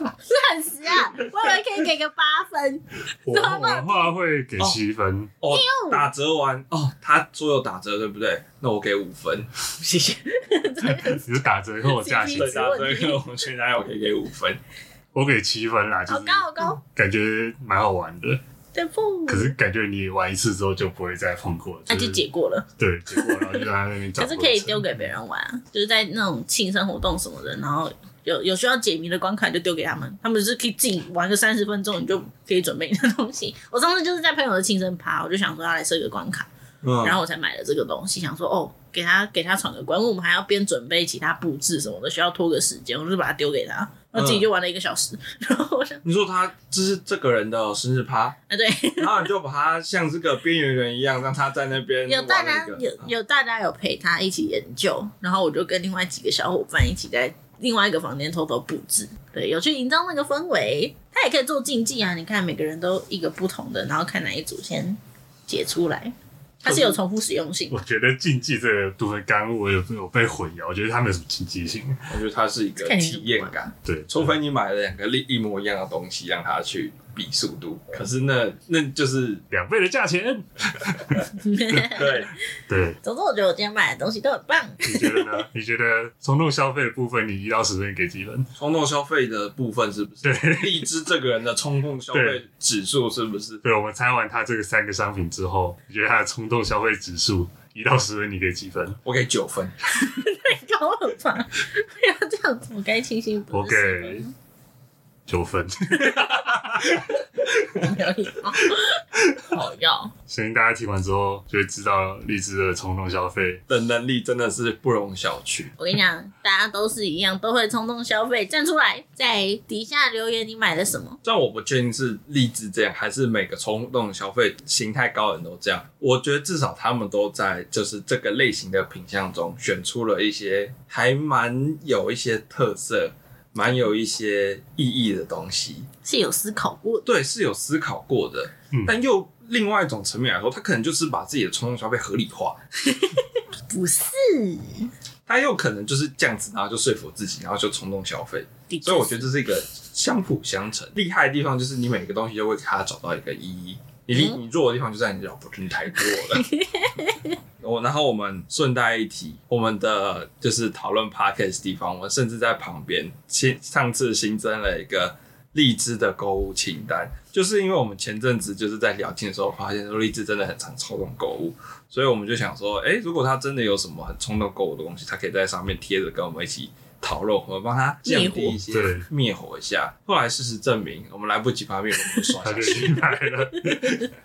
[SPEAKER 2] 暂时啊，我以为可以给个八分，
[SPEAKER 1] 我
[SPEAKER 2] 啊
[SPEAKER 1] 我的话会给七分，
[SPEAKER 2] 哎
[SPEAKER 3] 哦，打折完哦，他说有打折对不对？那我给五分，
[SPEAKER 2] [laughs] 谢谢。
[SPEAKER 1] [laughs] 只是打折以后的价钱
[SPEAKER 2] 谢，
[SPEAKER 3] 对，
[SPEAKER 2] 谢
[SPEAKER 3] 打折跟我去哪里我可以给五分。
[SPEAKER 1] 我给七分啦，就
[SPEAKER 2] 好
[SPEAKER 1] 是
[SPEAKER 2] 高好高，
[SPEAKER 1] 感觉蛮好玩的。
[SPEAKER 2] 对不？
[SPEAKER 1] 可是感觉你玩一次之后就不会再碰过了，
[SPEAKER 2] 那
[SPEAKER 1] 是
[SPEAKER 2] 就解过了，
[SPEAKER 1] 对结果，然后就在那边找
[SPEAKER 2] [laughs] 可
[SPEAKER 1] 过程。
[SPEAKER 2] 是可以丢给别人玩啊，就是在那种庆生活动什么的，然后有有需要解谜的关卡就丢给他们，他们就是可以自己玩个三十分钟，你就可以准备你的东西。我上次就是在朋友的庆生趴，我就想说要来设一个关卡，
[SPEAKER 3] 嗯
[SPEAKER 2] 然后我才买了这个东西，想说哦，给他给他闯个关，因为我们还要边准备其他布置什么的，需要拖个时间，我就把它丢给他，然后自己就玩了一个小时。 [laughs] 然后我想，
[SPEAKER 3] 你说他这是这个人的生日趴， [laughs]
[SPEAKER 2] 啊对，
[SPEAKER 3] 然后你就把他像这个边缘人一样，让他在那边
[SPEAKER 2] 有大
[SPEAKER 3] 玩
[SPEAKER 2] 家
[SPEAKER 3] 那个嗯
[SPEAKER 2] 有有大家有陪他一起研究，然后我就跟另外几个小伙伴一起在另外一个房间偷偷布置，对，有去营造那个氛围。他也可以做竞技啊，你看每个人都一个不同的，然后看哪一组先解出来，它是有重复使用性的
[SPEAKER 1] 我。觉得竞技这个部分，刚刚我有有被混淆，我觉得它没有什么竞技性。
[SPEAKER 3] 我觉得它是一个
[SPEAKER 2] 看你是
[SPEAKER 3] 体验感。
[SPEAKER 1] 对，
[SPEAKER 3] 除非你买了两个一一模一样的东西让他去比速度，可是那那就是
[SPEAKER 1] 两倍的价钱。
[SPEAKER 3] 对，
[SPEAKER 1] 对，
[SPEAKER 2] [laughs] 总之，我觉得我今天买的东西都很棒。 [laughs]
[SPEAKER 1] 你觉得呢？你觉得冲动消费的部分，你一到十分给几分？
[SPEAKER 3] 冲动消费的部分是不是？荔枝这个人的冲动消费
[SPEAKER 1] 对
[SPEAKER 3] 指数是不是？
[SPEAKER 1] 对，我们猜完它这个三个商品之后，你觉得它的冲动消费指数一到十分，你给几分？
[SPEAKER 3] 我给九分，
[SPEAKER 2] 太高了吧？ [laughs] 不要这样子，我该清醒不
[SPEAKER 1] 我
[SPEAKER 2] 是十
[SPEAKER 1] 给九分。 [laughs]
[SPEAKER 2] 分没有礼貌。好要
[SPEAKER 1] 相信大家听完之后就会知道荔枝的冲动消费。
[SPEAKER 3] 的能力真的是不容小觑。
[SPEAKER 2] 我跟你讲，大家都是一样，都会冲动消费，站出来，在底下留言你买了什么。
[SPEAKER 3] 虽然我不确定是荔枝这样，还是每个冲动消费心态高的人都这样。我觉得至少他们都在就是这个类型的品相中选出了一些还蛮有一些特色、蛮有一些意义的东西。
[SPEAKER 2] 是有思考过的，
[SPEAKER 3] 对，是有思考过的，
[SPEAKER 1] 嗯
[SPEAKER 3] 但又另外一种层面来说，他可能就是把自己的冲动消费合理化，
[SPEAKER 2] 不是？
[SPEAKER 3] 他又可能就是这样子，然后就说服自己，然后就冲动消费。
[SPEAKER 2] 的确
[SPEAKER 3] 所以我觉得这是一个相辅相成。厉害的地方就是你每个东西都会给它找到一个意义，你
[SPEAKER 1] 嗯
[SPEAKER 3] 你你弱的地方就在你老婆真的太弱了。 [laughs] 我然后我们顺带一提，我们的就是讨论 podcast 的地方，我们甚至在旁边新上次新增了一个荔枝的购物清单，就是因为我们前阵子就是在聊天的时候发现说荔枝真的很常冲动购物，所以我们就想说，哎、如果他真的有什么很冲动购物的东西，他可以在上面贴着跟我们一起讨论，我们帮他降低一些
[SPEAKER 1] 灭火对
[SPEAKER 3] 灭火一下。后来事实证明，我们来不及把它灭火，我们就刷
[SPEAKER 1] 他
[SPEAKER 3] 下
[SPEAKER 1] 就
[SPEAKER 3] 去。
[SPEAKER 1] 明白
[SPEAKER 2] [laughs]
[SPEAKER 1] 了，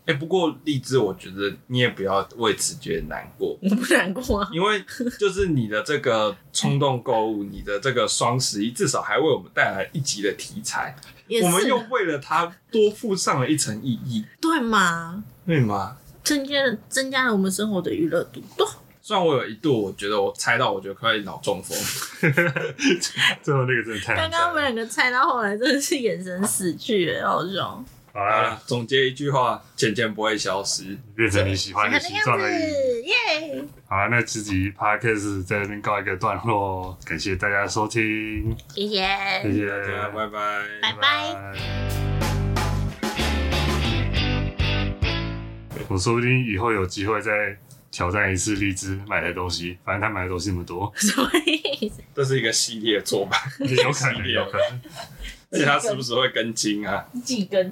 [SPEAKER 3] 哎、不过荔枝，我觉得你也不要为此觉得难
[SPEAKER 2] [laughs]
[SPEAKER 3] 过，
[SPEAKER 2] 我不难
[SPEAKER 1] [laughs]
[SPEAKER 2] 过啊。
[SPEAKER 3] 因为就是你的这个冲动购物，你的这个双十一，至少还为我们带来一集的题材，
[SPEAKER 2] 也
[SPEAKER 3] 我们
[SPEAKER 2] 是
[SPEAKER 3] 又为了它多附上了一层意义，
[SPEAKER 2] 对嘛，
[SPEAKER 3] 对吗？
[SPEAKER 2] 增加了增加了我们生活的娱乐度。
[SPEAKER 1] [laughs]
[SPEAKER 2] 对，
[SPEAKER 3] 虽然我有一度我觉得我猜到，我觉得快脑中风，
[SPEAKER 1] 最后那个真的太
[SPEAKER 2] 刚
[SPEAKER 1] 难
[SPEAKER 2] 刚
[SPEAKER 1] 猜
[SPEAKER 2] 我
[SPEAKER 1] 了
[SPEAKER 2] 们两个猜到后来真的是眼神死去，哦好笑。
[SPEAKER 1] 好
[SPEAKER 3] 好
[SPEAKER 1] 啦
[SPEAKER 3] 啦，，总结一句话：钱钱不会消失。
[SPEAKER 1] 变成你喜欢的
[SPEAKER 2] 喜
[SPEAKER 1] 形
[SPEAKER 2] 欢
[SPEAKER 1] 状
[SPEAKER 2] 的
[SPEAKER 1] 而
[SPEAKER 2] 样
[SPEAKER 1] 已。
[SPEAKER 2] 子，耶！
[SPEAKER 1] 好啦，那这集 podcast 在这边告一个段落，感谢大家收听，
[SPEAKER 2] 谢谢，
[SPEAKER 1] 谢谢
[SPEAKER 3] 大家啊拜拜。
[SPEAKER 2] 拜拜。
[SPEAKER 1] 我说不定以后有机会再挑战一次荔枝买的东西，反正他买的东西那么多
[SPEAKER 2] [laughs] ，什么意思？
[SPEAKER 3] 这是一
[SPEAKER 2] [laughs]
[SPEAKER 3] 个系列做吧，
[SPEAKER 1] 有可能，有可能。
[SPEAKER 3] 而且它时不时会更新啊。
[SPEAKER 2] 几根？